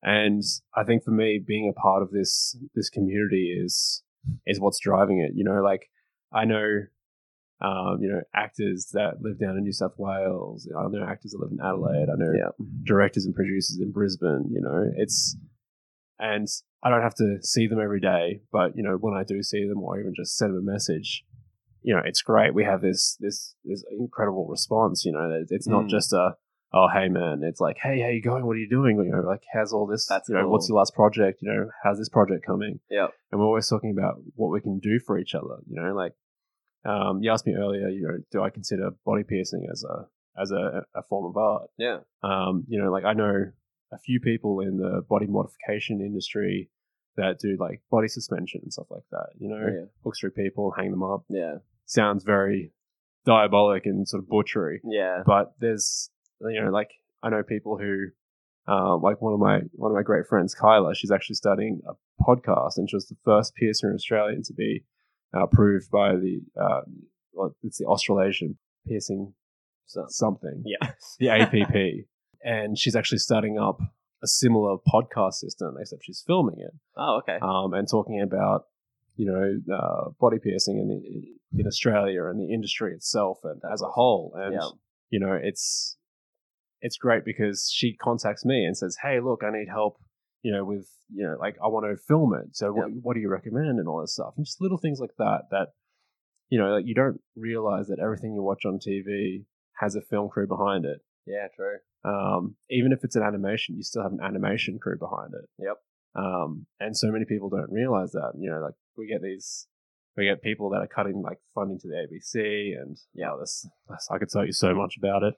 And I think for me, being a part of this this community is is what's driving it. You know, like I know um, you know, actors that live down in New South Wales. I know actors that live in Adelaide. I know
Yeah.
directors and producers in Brisbane. You know, it's and I don't have to see them every day, but you know, when I do see them, or even just send them a message, you know, it's great. We have this this this incredible response. You know, that it's not
Mm.
just a oh hey man, it's like hey how you going? What are you doing? You know, like how's all this?
That's
you know, what's
cool.
your last project? You know, how's this project coming?
Yeah.
and we're always talking about what we can do for each other. You know, like um, you asked me earlier, you know, do I consider body piercing as a as a, a form of art?
Yeah.
Um, you know, like I know a few people in the body modification industry that do like body suspension and stuff like that. You know,
Oh, Yeah.
hook through people, hang them up.
Yeah.
Sounds very diabolic and sort of butchery
Yeah.
but there's you know like I know people who uh, like one of my one of my great friends Kyla she's actually starting a podcast and she was the first piercer in Australia to be uh, approved by the uh, well, it's the Australasian piercing
So-
something
Yeah.
the APP and she's actually starting up a similar podcast system except she's filming it
Oh, okay.
um, and talking about you know uh, body piercing in the, in Australia and the industry itself and as a whole. And
Yeah.
you know, it's it's great because she contacts me and says, "Hey, look, I need help." You know, with you know, like I want to film it. So, what, what do you recommend and all this stuff, and just little things like that. That you know, like you don't realize that everything you watch on TV has a film crew behind it.
Yeah, true.
Um, even if it's an animation, you still have an animation crew behind it.
Yep.
Um, and so many people don't realize that. You know, like we get these, we get people that are cutting like funding to the ABC, and yeah, this, this I could tell you so much about it.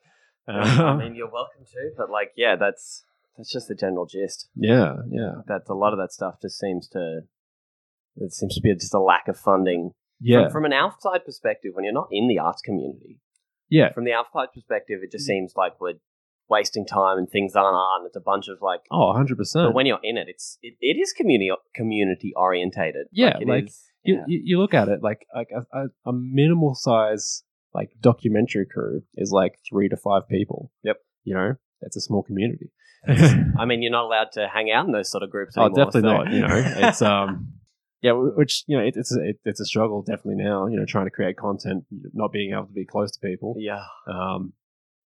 I
Um,
mean, you're welcome to, but like, yeah, that's that's just the general gist.
yeah, yeah,
That a lot of that stuff just seems to it seems to be just a lack of funding
yeah,
from, from an outside perspective. When you're not in the arts community,
yeah,
from the outside perspective, it just seems like we're wasting time and things aren't art. And it's a bunch of like,
oh, 100 percent.
but when you're in it, it's it, it is community community orientated.
Yeah,
it
like,
is-
you,
yeah.
you, you look at it like like a, a, a minimal size like documentary crew is like three to five people.
Yep.
You know, that's a small community.
I mean, you're not allowed to hang out in those sort of groups.
Oh,
Anymore,
definitely
so-
not. You know, it's um, yeah, wh- which you know, it, it's a, it, it's a struggle definitely now. You know, trying to create content, not being able to be close to people.
yeah,
Um,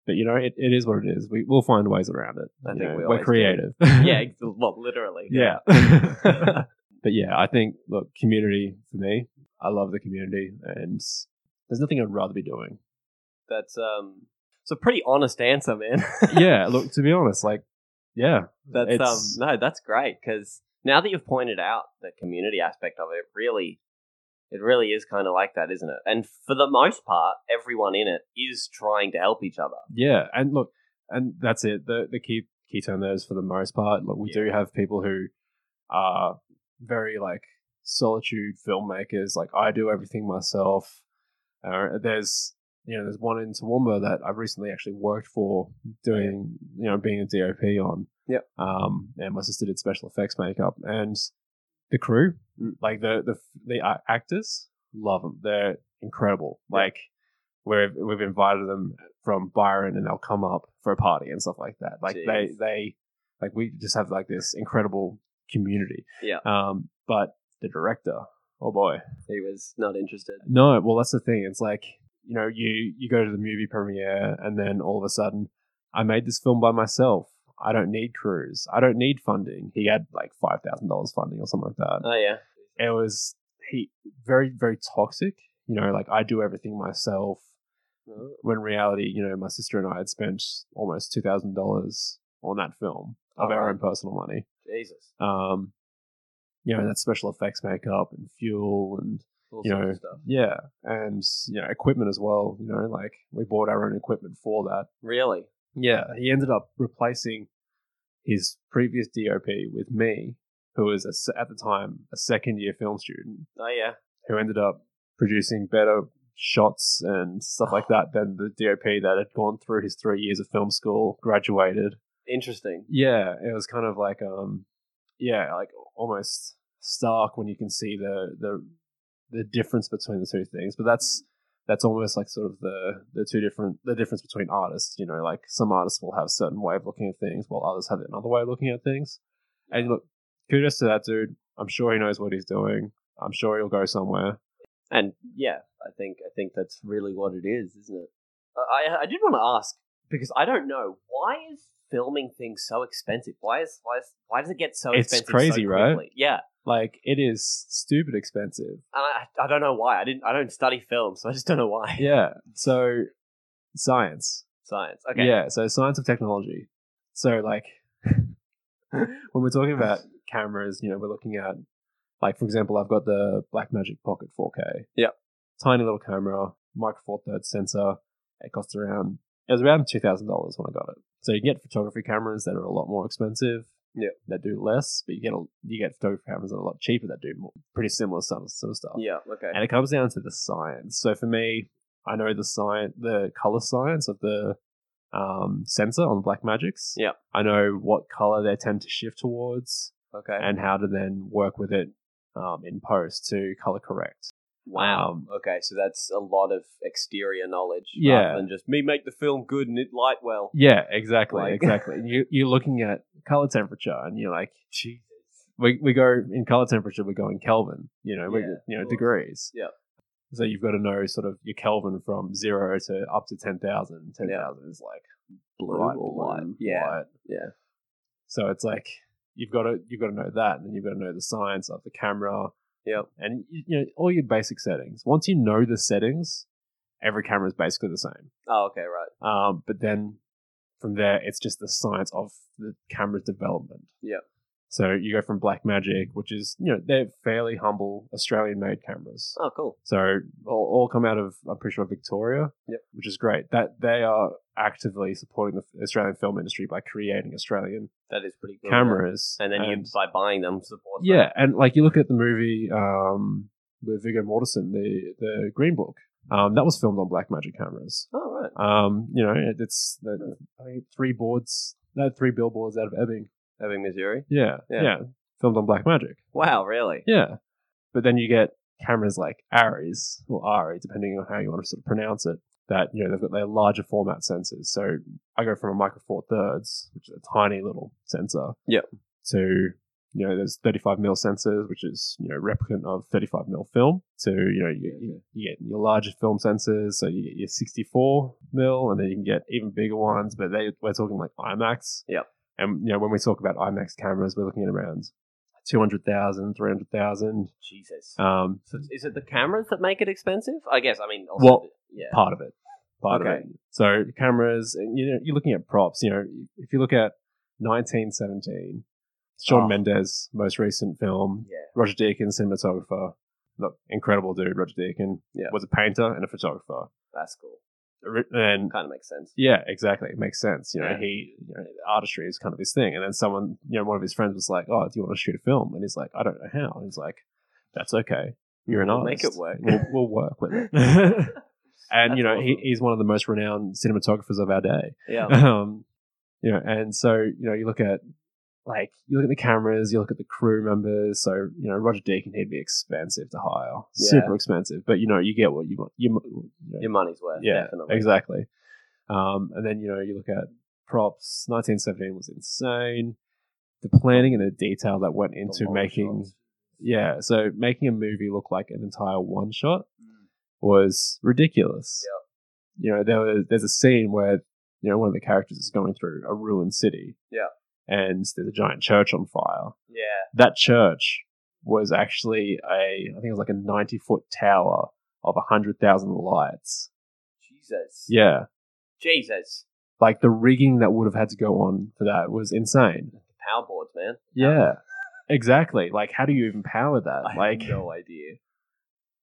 but you know, it, it is what it is. We we'll find ways around it.
I
You
think
know,
we always
we're
do.
creative.
yeah, ex- well, literally,
yeah. but yeah, I think look, community for me. I love the community, and there's nothing I'd rather be doing.
That's um, it's a pretty honest answer, man.
yeah, look, to be honest, like, yeah,
that's
it's-
um, no, that's great because now that you've pointed out the community aspect of it, really, it really is kind of like that, isn't it? And for the most part, everyone in it is trying to help each other.
Yeah, and look, and that's it. The the key key term there is for the most part. Look, we do have people who are very like solitude filmmakers. Like I do everything myself. Uh, there's you know there's one in Toowoomba that I've recently actually worked for doing you know being a DOP on.
Yep.
Um, and my sister did special effects makeup and the crew,
Mm.
like the the the uh, actors, love them. They're incredible. Like where we've invited them from Byron and they'll come up for a party and stuff like that. Like they
Jeez.
they like we just have like this incredible community.
Yeah.
Um, but the director, oh boy,
He was not interested.
no. Well, that's the thing. It's like you know you you go to the movie premiere and then all of a sudden, I made this film by myself. I don't need crews. I don't need funding. He had like five thousand dollars funding or something like that
Oh yeah,
it was he very very toxic you know like i do everything myself
Oh.
when reality you know my sister and i had spent almost $2000 on that film of our
Alright.
own personal money
Jesus.
um you know that special effects makeup and fuel and
All
You
sorts
know,
of stuff.
yeah, and you know equipment as well. You know, like we bought our own equipment for that.
Really?
Yeah, he ended up replacing his previous DOP with me, who was a s at the time a second year film student,
Oh yeah.
who ended up producing better shots and stuff like that than the DOP that had gone through his three years of film school, graduated.
Interesting.
Yeah, it was kind of like um, yeah, like almost stark when you can see the the the difference between the two things. But that's that's almost like sort of the the two different the difference between artists. You know, like some artists will have a certain way of looking at things, while others have another way of looking at things. And look, kudos to that dude. I'm sure he knows what he's doing. I'm sure he'll go somewhere.
And yeah, I think I think that's really what it is, isn't it? I I- I did want to ask because I don't know why is filming things so expensive. Why is why is, why does it get so
It's
expensive? so
crazy, right?
quickly? Yeah,
Like it is stupid expensive.
and I I don't know why. I didn't I don't study film, so I just don't know why.
Yeah. So science.
Science. Okay.
Yeah, so science of technology. So like when we're talking about cameras, you know, we're looking at like for example, I've got the Blackmagic Pocket 4K.
Yeah.
Tiny little camera, micro four thirds sensor. It costs around it was around two thousand dollars when I got it. So you can get photography cameras that are a lot more expensive.
Yeah.
That do less, but you get a, you get photography cameras that are a lot cheaper that do more, pretty similar sort of, sort of stuff.
Yeah. Okay.
And it comes down to the science. So for me, I know the science, the color science of the um, sensor on Black Magics.
Yep.
I know what color they tend to shift towards
okay.
and how to then work with it um, in post to color correct.
Wow.
Um,
okay, so that's a lot of exterior knowledge.
Yeah.
Rather than just me make the film good and it light well.
Yeah, exactly,
Like-
exactly. you you're looking at color temperature, and you're like, Jesus. We we go in color temperature, we go in Kelvin. You know, we
Yeah,
you know
of course.
degrees.
Yep.
So you've got to know sort of your Kelvin from zero to up to ten thousand. Ten thousand is like
Blue
bright
or
blue,
white. Yeah.
white.
Yeah.
So it's like you've got to you've got to know that, and then you've got to know the science of the camera.
Yep.
And you you know all your basic settings. Once you know the settings, every camera is basically the same.
Oh, okay, right.
Um, but then from there, it's just the science of the camera's development.
Yeah.
So you go from Blackmagic, which is you know they're fairly humble Australian-made cameras.
Oh, cool.
So all, all come out of I'm pretty sure Victoria,
Yep.
which is great. That they are actively supporting the f- Australian film industry by creating Australian
That is pretty cool.
cameras.
Oh, And then you by buying them support.
yeah, and like you look at the movie um, with Viggo Mortensen, the the Green Book. Um, that was filmed on Blackmagic cameras.
All Oh, right.
Um, you know, it, it's the, I think three boards, no, three billboards out of Ebbing.
Having Missouri.
Yeah, yeah,
Yeah.
filmed on Black Magic.
Wow, really?
Yeah, but then you get cameras like Aries or Ari, depending on how you want to sort of pronounce it. That you know they've got their larger format sensors. So I go from a micro four thirds, which is a tiny little sensor.
Yep.
To you know, there's 35 mil sensors, which is you know replicant of 35 mil film. So you know you, you, you get your larger film sensors, so you get your 64 mil, and then you can get even bigger ones. But they we're talking like IMAX.
Yep.
And you know when we talk about IMAX cameras, we're looking at around 200,000, 300,000.
Jesus.
Um,
so is it the cameras that make it expensive? I guess. I mean, also,
Well,
yeah.
part of it. Part of
Okay.
it. So cameras, and you know, you're looking at props. You know, if you look at 1917, Sean
Oh.
Mendes' most recent film,
Yeah.
Roger Deakins, cinematographer. Look, incredible dude, Roger Deakin.
Yeah.
Was a painter and a photographer.
That's cool.
Ri- And
Kind of makes sense.
yeah, exactly. It makes sense. You know,
Yeah.
he you know, artistry is kind of his thing. And then someone, you know, one of his friends was like, "Oh, do you want to shoot a film?" And he's like, "I don't know how." And he's like, "That's okay. You're an
We'll make
artist.
it work."
We'll, we'll work with it." and
That's
you know, he,
awesome. Oh,
he's one of the most renowned cinematographers of our day.
Yeah.
Um, you know, and so you know, you look at like you look at the cameras, you look at the crew members. So you know, Roger Deakin, he'd be expensive to hire,
Yeah.
super expensive. But you know, you get what you want. You, mo- you know,
Your money's worth.
yeah,
Uh, definitely.
exactly. Um, and then you know you look at props. 1917 was insane. The planning and the detail that went into
long
making,
shots.
yeah, so making a movie look like an entire one shot was ridiculous. You know, there was, there's a scene where you know one of the characters is going through a ruined city.
Yeah.
and there's a giant church on fire.
Yeah.
That church was actually a, I think it was like a 90 foot tower of hundred thousand lights.
Jesus.
Yeah.
Jesus.
like the rigging that would have had to go on for that was insane.
Power boards, man.
Yeah. Exactly. Like, how do you even power that?
I
like,
have no idea.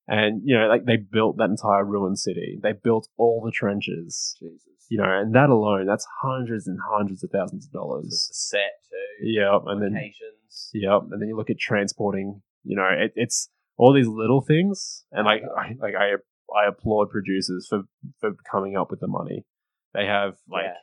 and you know, like they built that entire ruined city. They built all the trenches.
Jesus.
You know, and that alone, that's hundreds and hundreds of thousands of
It's
dollars.
a set too.
Yep, and then
locations.
yep, and then you look at transporting. You know, it, it's all these little things, and like, I, like I, I applaud producers for for coming up with the money. They have like
Yeah.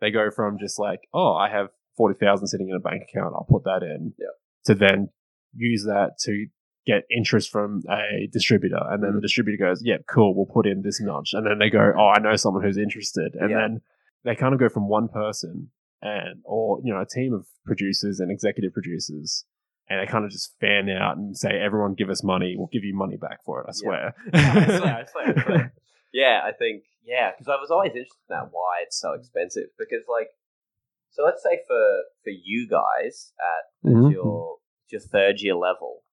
they go from just like, oh, I have forty thousand sitting in a bank account, I'll put that in,
Yep.
to then use that to get interest from a distributor, and
Mm.
then the distributor goes, yeah, cool, we'll put in this much, and then they go, oh, I know someone who's interested, and
Yeah.
then they kind of go from one person and or you know a team of producers and executive producers. And they kind of just fan out and say, "Everyone, give us money. We'll give you money back for it. I
Yeah.
swear."
I swear, I swear, I swear. yeah, I think yeah, because I was always interested in that why it's so expensive. Because like, so let's say for for you guys at
Mhm.
your your third year level,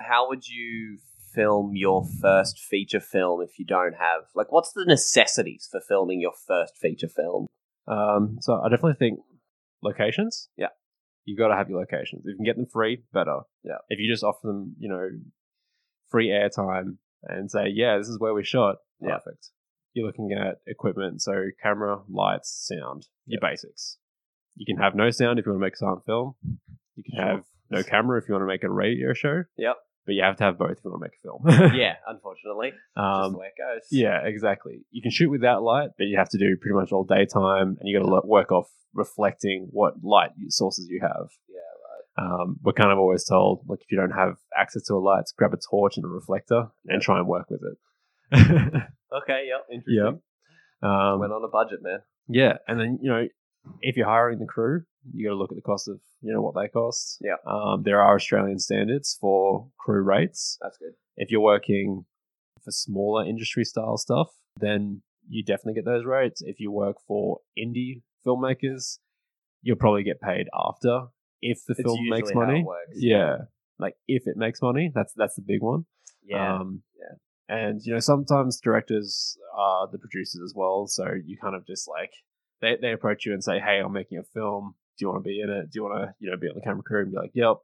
how would you film your first feature film if you don't have like what's the necessities for filming your first feature film?
Um, so I definitely think locations.
Yeah.
You got to have your locations. If you can get them free, better.
Yeah.
If you just offer them, you know, free airtime and say, yeah, this is where we shot.
Yeah.
Perfect. You're looking at equipment, so camera, lights, sound, your basics. You can have no sound if you want to make a silent film. You can
Sure.
have no camera if you want to make a radio show.
Yep.
But you have to have both if you want to make a film.
yeah, unfortunately, just
Um,
the way it goes.
yeah, exactly. You can shoot without light, but you have to do pretty much all daytime, and you got to work off reflecting what light you- sources you have.
Yeah,
right. Um, we're kind of always told, like, if you don't have access to a light, grab a torch and a reflector and try and work with it.
Okay. Yep. Interesting.
yeah. Um,
Went on a budget, man.
yeah, and then you know, if you're hiring the crew, you got to look at the cost of you know what they cost.
Yeah.
Um, there are Australian standards for crew rates
That's good.
if you're working for smaller industry style stuff, then you definitely get those rates. If you work for indie filmmakers, you'll probably get paid after if the
It's
film makes
usually how it
money.
works.
Yeah. Like if it makes money, that's that's the big one.
Yeah.
Um, And you know, sometimes directors are the producers as well, so you kind of just like they, they approach you and say, "Hey, I'm making a film. Do you want to be in it? Do you want to you know be on the camera crew?" And be like, "Yep."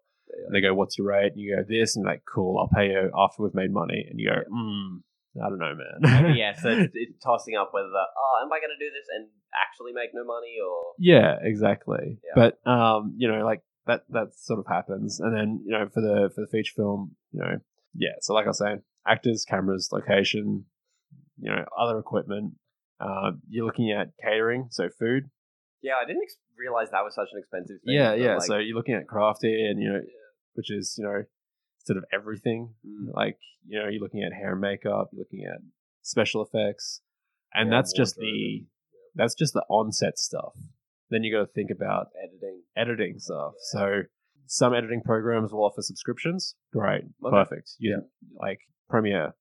And they go, "What's your rate?" And you go, "This," and like, "Cool, I'll pay you after we've made money." And you go, "Hmm, I don't know, man."
yeah, so it's, it's tossing up whether that, oh, am I going to do this and actually make no money or
Yeah, exactly.
Yeah.
But um, you know, like that that sort of happens. And then, you know, for the for the feature film, you know, yeah, so like I was saying, actors, cameras, location, you know, other equipment. Uh, you're looking at catering, so food.
yeah, I didn't ex- realize that was such an expensive thing.
Yeah,
but,
yeah.
like,
so you're looking at crafty and you know, which is you know, sort of everything. Like you know, you're looking at hair and makeup, you're looking at special effects, and
Yeah,
that's just
wardrobe
the that's just the onset stuff. Then you got to think about
editing.
editing stuff. So some editing programs will offer subscriptions. Great,
Okay.
perfect. You like Premiere.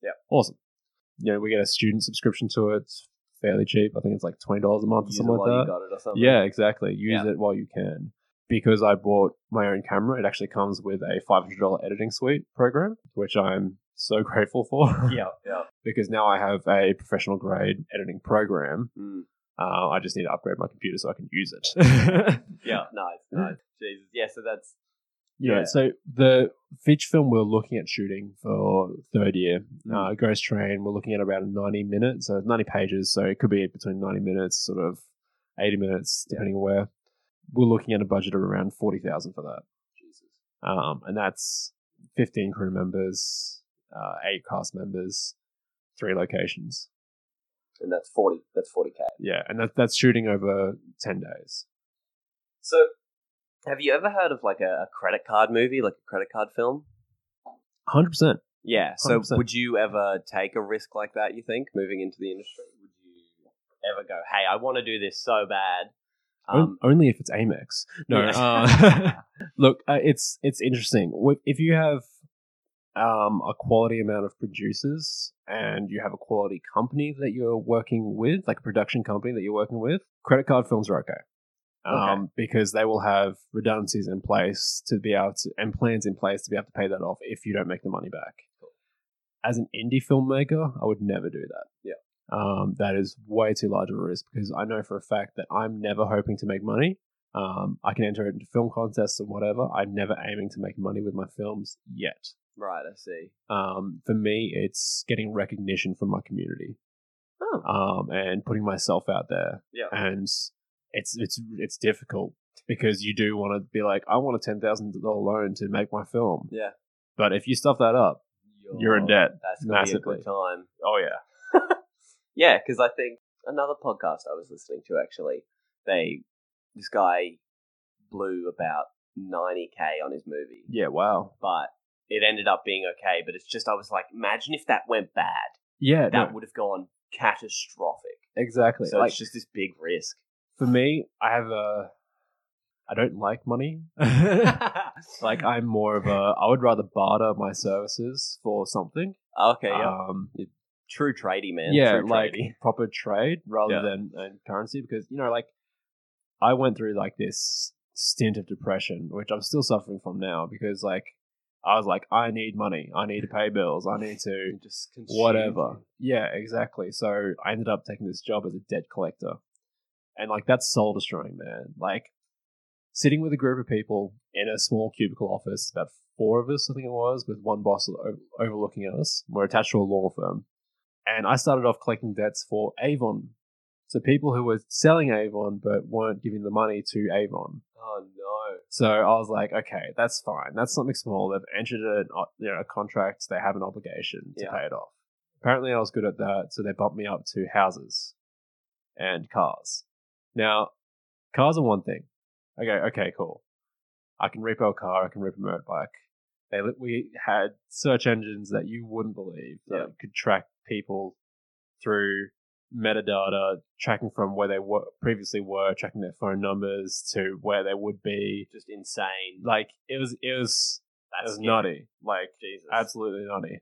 Yeah.
awesome. You know, we get a student subscription to it. It's fairly cheap. I think it's like twenty dollars a month or
Use it
something like
while
that.
you got it or something.
Yeah, exactly. Use
Yeah.
it while you can. Because I bought my own camera, it actually comes with a $500 editing suite program, which I'm so grateful for.
Yeah, yeah.
because now I have a professional grade editing program.
Mm.
Uh, I just need to upgrade my computer so I can use it.
Yeah, nice, nice. Jesus. Yeah, so that's
yeah,
Yeah.
so the feature film we're looking at shooting for third year, uh, Ghost Train, we're looking at about 90 minutes, so 90 pages, so it could be between 90 minutes, sort of 80 minutes, depending on where. We're looking at a budget of around 40000 for that.
Jesus.
Um, and that's 15 crew members, uh, eight cast members, three locations.
And that's 40. That's 40K.
Yeah, and that, that's shooting over 10 days.
So have you ever heard of like a, a credit card movie, like a credit card film?
100%.
Yeah. So
100%.
would you ever take a risk like that, you think, moving into the industry? Would you ever go, hey, I want to do this so bad? Um,
On- only if it's Amex. No.
Yeah.
Uh, look, uh, it's it's interesting. Wh- If you have um, a quality amount of producers and you have a quality company that you're working with, like a production company that you're working with, credit card films are okay. Um, Because they will have redundancies in place to be able to, and plans in place to be able to pay that off if you don't make the money back. As an indie filmmaker, I would never do that.
Yeah.
Um, that is way too large of a risk because I know for a fact that I'm never hoping to make money. Um, I can enter it into film contests and whatever. I'm never aiming to make money with my films yet.
Right, I see.
Um, for me, it's getting recognition from my community
Oh,
um, and putting myself out there.
Yeah.
and it's it's it's difficult because you do want to be like, I want a ten thousand dollar loan to make my film.
Yeah.
but if you stuff that up, you're in debt
That's gonna be a
massively.
good time.
oh yeah,
Yeah, because I think another podcast I was listening to actually, they this guy blew about ninety k on his movie,
yeah, wow,
but it ended up being okay. But it's just I was like, imagine if that went bad,
yeah,
that
no,
would have gone catastrophic.
exactly.
So
like
it's just this big risk.
for me, I have a, I don't like money. like I'm more of a, I would rather barter my services for something.
uh, okay, yeah.
Um,
true tradie man.
yeah,
true
like
tradie.
proper trade rather
Yeah.
than uh, currency because you know, like I went through like this stint of depression, which I'm still suffering from now because like I was like, I need money, I need to pay bills, I need to
just
whatever. Yeah, exactly. So I ended up taking this job as a debt collector, and like that's soul destroying, man. Like sitting with a group of people in a small cubicle office, about four of us, I think it was, with one boss o- overlooking us. We're attached to a law firm, and I started off collecting debts for Avon. So people who were selling Avon but weren't giving the money to Avon.
Oh no.
So I was like, okay, that's fine. That's something small. They've entered an, o- you know, a contract. They have an obligation to
Yeah.
pay it off. Apparently, I was good at that, so they bumped me up to houses and cars. Now, cars are one thing. Okay, okay, cool. I can repo a car. I can rip a motorbike. They li- we had search engines that you wouldn't believe that
Yeah.
could track people through metadata, tracking from where they were previously were, tracking their phone numbers to where they would be,
Just insane.
like it was it was it was
That's
nutty like
Jesus.
absolutely nutty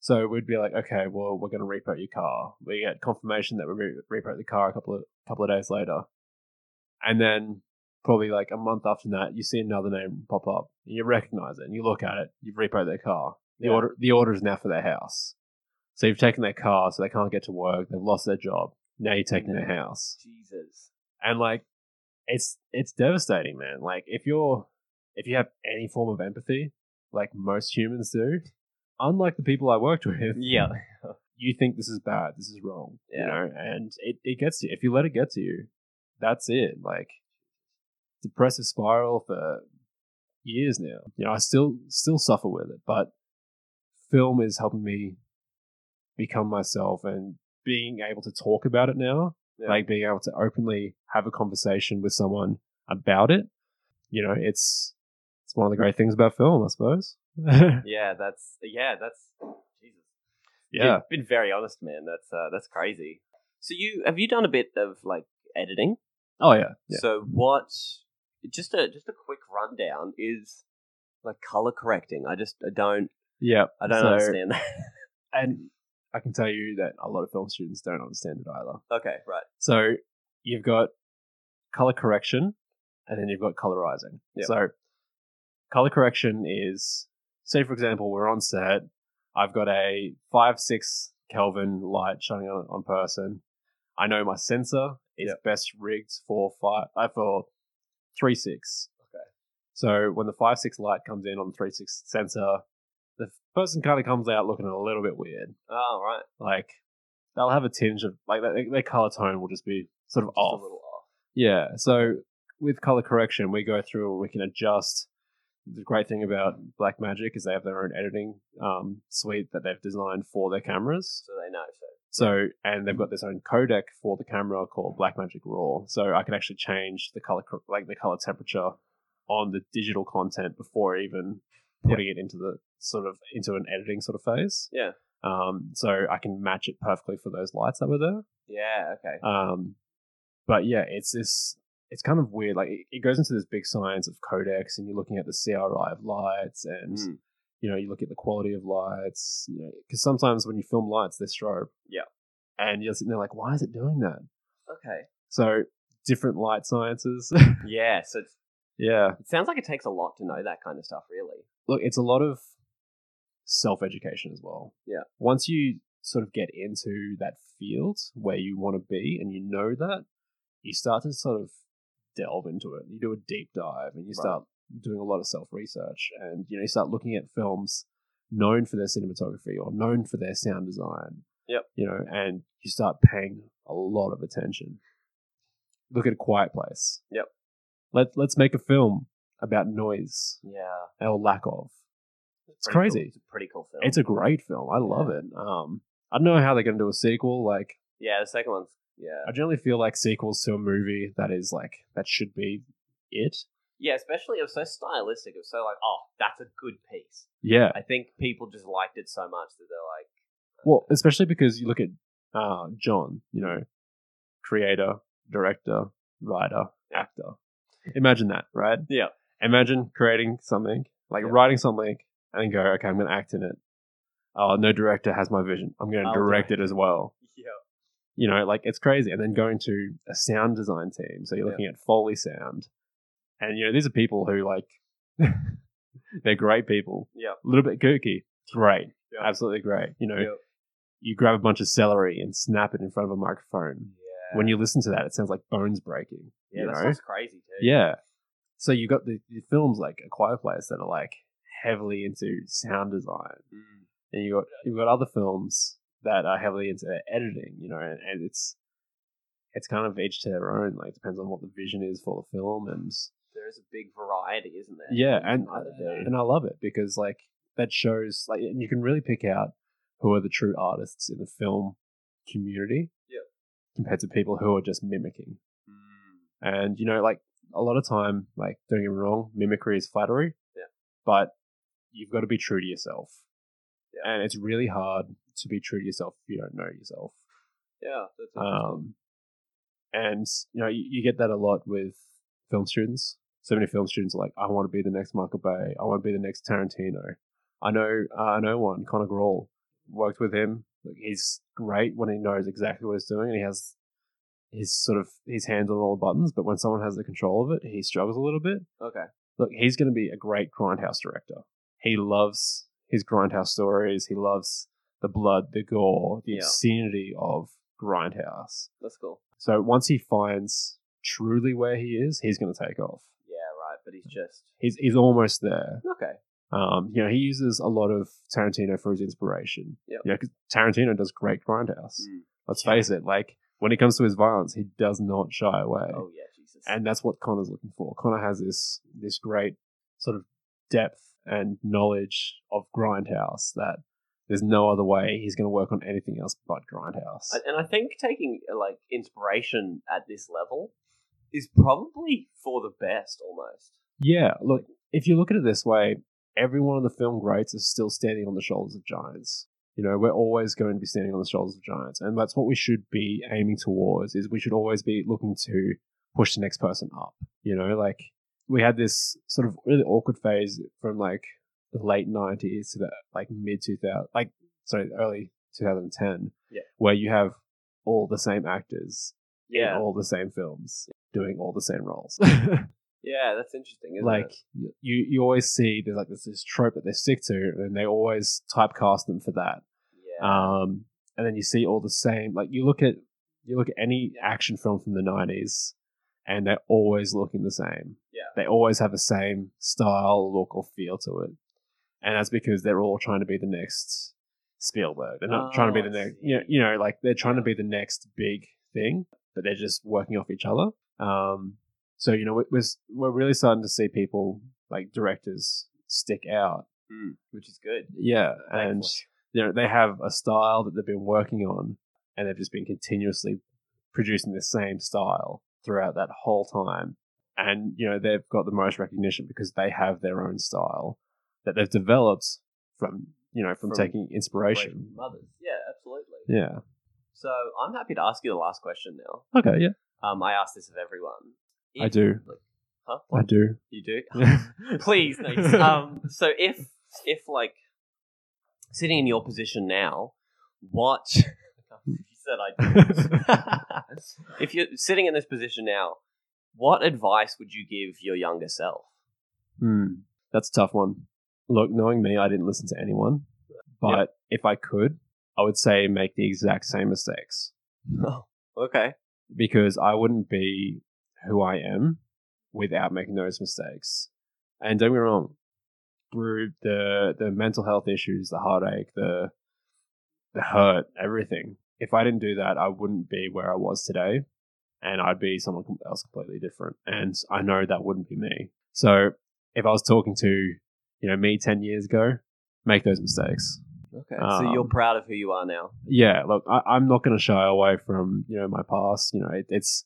so we'd be like okay well we're going to repo your car we get confirmation that we re- repo the car a couple of couple of days later and then probably like a month after that you see another name pop up and you recognize it and you look at it you've repoed their car the
Yeah.
order the order is now for their house so you've taken their car so they can't get to work they've lost their job now you're taking their
No.
house
Jesus.
and like it's it's devastating man like if you're if you have any form of empathy like most humans do unlike the people i worked with
Yeah.
you think this is bad this is wrong you
Yeah.
know and it, it gets to you if you let it get to you that's it like depressive spiral for years now you know i still still suffer with it but film is helping me become myself and being able to talk about it now
Yeah.
like being able to openly have a conversation with someone about it you know it's it's one of the great things about film i suppose
Yeah, that's yeah, that's Jesus.
yeah
You've been very honest, man. That's uh, that's crazy. So you have you done a bit of like editing?
oh yeah yeah
So what? Just a just a quick rundown is like color correcting. I just I don't
yeah
I don't
So-
understand that.
and I can tell you that a lot of film students don't understand it either.
okay, right.
So you've got color correction, and then you've got colorizing.
Yep.
So color correction is, say for example, we're on set. I've got a five six Kelvin light shining on on person. I know my sensor is best rigged for five uh, for three six.
Okay.
So when the five six light comes in on the three six sensor, the person kind of comes out looking a little bit weird
Oh, right.
like they'll have a tinge of like their, their color tone will just be sort of
Just
off.
a little off.
Yeah. So with color correction, we go through and we can adjust. The great thing about Black Magic is they have their own editing um, suite that they've designed for their cameras.
So they know. So
So and they've got this own codec for the camera called Blackmagic Raw. So I can actually change the color cor- like the color temperature on the digital content before even putting it into the sort of into an editing sort of phase.
Yeah.
Um, so I can match it perfectly for those lights that were there.
yeah. Okay.
Um, but yeah, it's this. It's kind of weird. Like it- it goes into this big science of codecs, and you're looking at the CRI of lights, and
Mm.
you know you look at the quality of lights. Because sometimes when you film lights, they're strobe.
Yeah.
And you're sitting there like, why is it doing that?
Okay.
So different light sciences.
yeah. So it's,
yeah.
it sounds like it takes a lot to know that kind of stuff, really.
look, it's a lot of self education as well.
Yeah.
Once you sort of get into that field where you want to be and you know that, you start to sort of delve into it. You do a deep dive and you start doing a lot of self research and you know you start looking at films known for their cinematography or known for their sound design.
Yep.
You know, and you start paying a lot of attention. Look at a quiet place.
Yep.
Let let's make a film about noise
Yeah.
or lack of. It's
Pretty cool-
crazy.
It's a pretty cool film.
It's a great film. I love it. Um I don't know how they're going to do a sequel. Like,
yeah, the second one's yeah.
I generally feel like sequels to a movie that is like that should be it.
Yeah, especially it was so stylistic. It was so like, oh, that's a good piece.
Yeah.
I think people just liked it so much that they're like,
Well, especially because you look at uh, John, you know, creator, director, writer, actor. Imagine that, right?
Yeah.
Imagine creating something, like
Yeah.
writing something, and then go, okay, I'm going to act in it. Oh, no director has my vision. I'm going to
I'll
direct it as well.
yeah,
You know, like it's crazy. And then going to a sound design team. So you're
Yeah.
looking at Foley sound. And, you know, these are people who, like, they're great people.
yeah,
A little bit kooky. Great.
Yeah.
Absolutely great. You know,
yeah.
you grab a bunch of celery and snap it in front of a microphone.
Yeah,
When you listen to that, it sounds like bones breaking.
yeah
you
that
know?
sounds crazy too.
Yeah. So you've got the, the films like A Quiet Place that are like heavily into sound design.
Mm.
And you got you've got other films that are heavily into editing, you know, and, and it's it's kind of each to their own. Like depends on what the vision is for the film and
There is a big variety, isn't there?
yeah, and uh,
Either do.
and I love it because like that shows like and you can really pick out who are the true artists in the film community.
Yep.
Compared to people who are just mimicking.
Mm.
And you know, like a lot of time, like don't get me wrong, mimicry is flattery.
Yeah.
But you've got to be true to yourself.
Yeah.
And it's really hard to be true to yourself if you don't know yourself.
yeah, that's interesting.
Um, and you know, you, you get that a lot with film students. So many film students are like, I want to be the next Michael Bay. I want to be the next Tarantino. I know, uh, I know one, Conor Grawl. Worked with him. Like, he's great when he knows exactly what he's doing, and he has his sort of his hands on all the buttons. But when someone has the control of it, he struggles a little bit.
okay,
Look, he's going to be a great grindhouse director. He loves his grindhouse stories. He loves the blood, the gore, the
Yeah.
obscenity of grindhouse.
that's cool.
So once he finds truly where he is, he's going to take off.
Yeah, right. But he's just
He's he's almost there.
okay.
Um, you know, he uses a lot of Tarantino for his inspiration.
Yep.
You know, 'cause Tarantino does great grindhouse.
Mm.
Let's face it. Like when it comes to his violence, he does not shy away,
Oh yeah, Jesus.
and that's what Connor's looking for. Connor has this this great sort of depth and knowledge of grindhouse that there's no other way he's going to work on anything else but grindhouse.
And- and I think taking uh, like inspiration at this level is probably for the best, almost.
Yeah, look, if you look at it this way, every one of the film greats is still standing on the shoulders of giants. You know, we're always going to be standing on the shoulders of giants, and that's what we should be aiming towards. Is we should always be looking to push the next person up. You know, like we had this sort of really awkward phase from like the late '90s to the like mid 2000, like sorry, early 2010,
Yeah.
where you have all the same actors in
Yeah,
all the same films doing all the same roles.
yeah, that's interesting. Isn't
like
it?
y you you always see there's like this, this trope that they stick to and they always typecast them for that
yeah,
um and then you see all the same like you look at you look at any action film from the 90s and they're always looking the same
Yeah.
they always have the same style look or feel to it and that's because they're all trying to be the next spielberg they're not trying to be
Oh,
the
I
next you know,
see.
you know like they're trying to
Yeah.
be the next big thing but they're just working off each other um so you know we- we're, s- we're really starting to see people like directors stick out
Mm, which is good.
yeah and
Thankfully.
you know they have a style that they've been working on and they've just been continuously producing the same style throughout that whole time and you know they've got the most recognition because they have their own style that they've developed from you know from,
From
taking inspiration
Great mothers. Yeah, absolutely.
yeah
So I'm happy to ask you the last question now.
okay yeah
Um, I ask this of everyone.
I do.
Like, huh?
i do
You do? Please, no. um, so if if like sitting in your position now, what you said I do. if you're sitting in this position now, what advice would you give your younger self?
Hmm. That's a tough one. Look, knowing me, I didn't listen to anyone. But if I could, I would say make the exact same mistakes
okay.
because I wouldn't be who I am without making those mistakes. And don't get me wrong, through the the mental health issues, the heartache, the the hurt, everything. If I didn't do that, I wouldn't be where I was today, and I'd be someone com- else completely different. And I know that wouldn't be me. So if I was talking to you know me ten years ago, make those mistakes.
Okay.
Um,
so you're proud of who you are now.
yeah, look, I, I'm not going to shy away from you know my past. You know, it, it's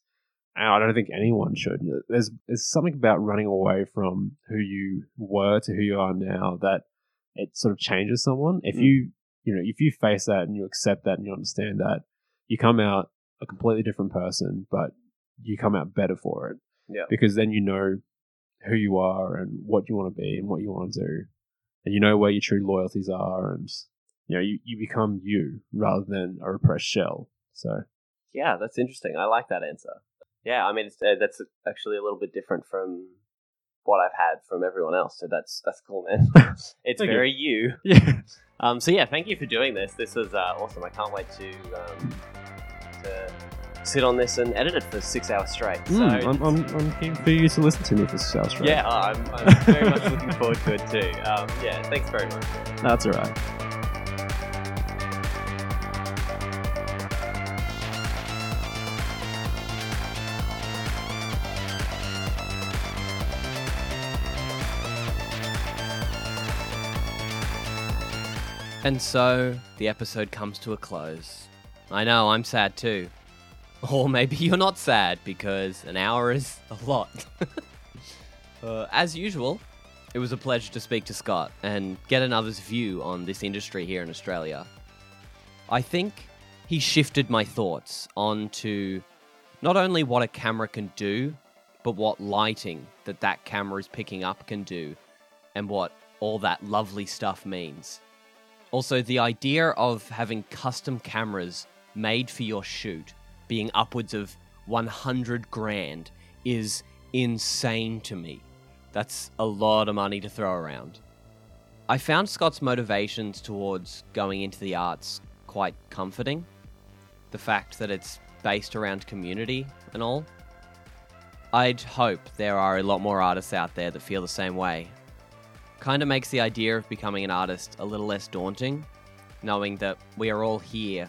I don't think anyone should. There's there's something about running away from who you were to who you are now that it sort of changes someone. If you you know if you face that and you accept that and you understand that, you come out a completely different person, but you come out better for it.
Yeah.
because then you know who you are and what you want to be and what you want to do, and you know where your true loyalties are and you know, you, you become you rather than a repressed shell. So
Yeah, that's interesting. I like that answer. Yeah, I mean, it's, uh, that's actually a little bit different from what I've had from everyone else. So that's that's cool, man. it's
Thank you.
very you.
yeah,
Um, so yeah, thank you for doing this. This was uh, awesome. I can't wait to um, to sit on this and edit it for six hours straight. So
Hmm, I'm, I'm, I'm keen for you to listen to me for sales right?
yeah, uh, I'm, I'm very much looking forward to it too. Um, yeah, thanks very much.
that's all right.
And so the episode comes to a close. I know, I'm sad too. Or maybe you're not sad because an hour is a lot. uh, as usual, it was a pleasure to speak to Scott and get another's view on this industry here in Australia. I think he shifted my thoughts onto not only what a camera can do, but what lighting that that camera is picking up can do, and what all that lovely stuff means. Also, the idea of having custom cameras made for your shoot being upwards of 100 grand is insane to me. That's a lot of money to throw around. I found Scott's motivations towards going into the arts quite comforting. The fact that it's based around community and all. I'd hope there are a lot more artists out there that feel the same way kind of makes the idea of becoming an artist a little less daunting, knowing that we are all here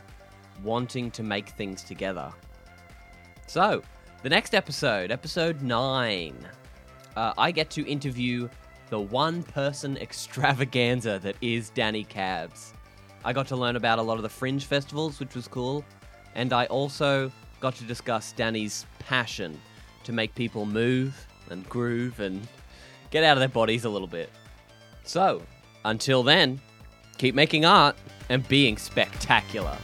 wanting to make things together. So, the next episode, episode 9, uh, I get to interview the one person extravaganza that is Danny Cabs. I got to learn about a lot of the fringe festivals, which was cool, and I also got to discuss Danny's passion to make people move and groove and get out of their bodies a little bit. So, until then, keep making art and being spectacular.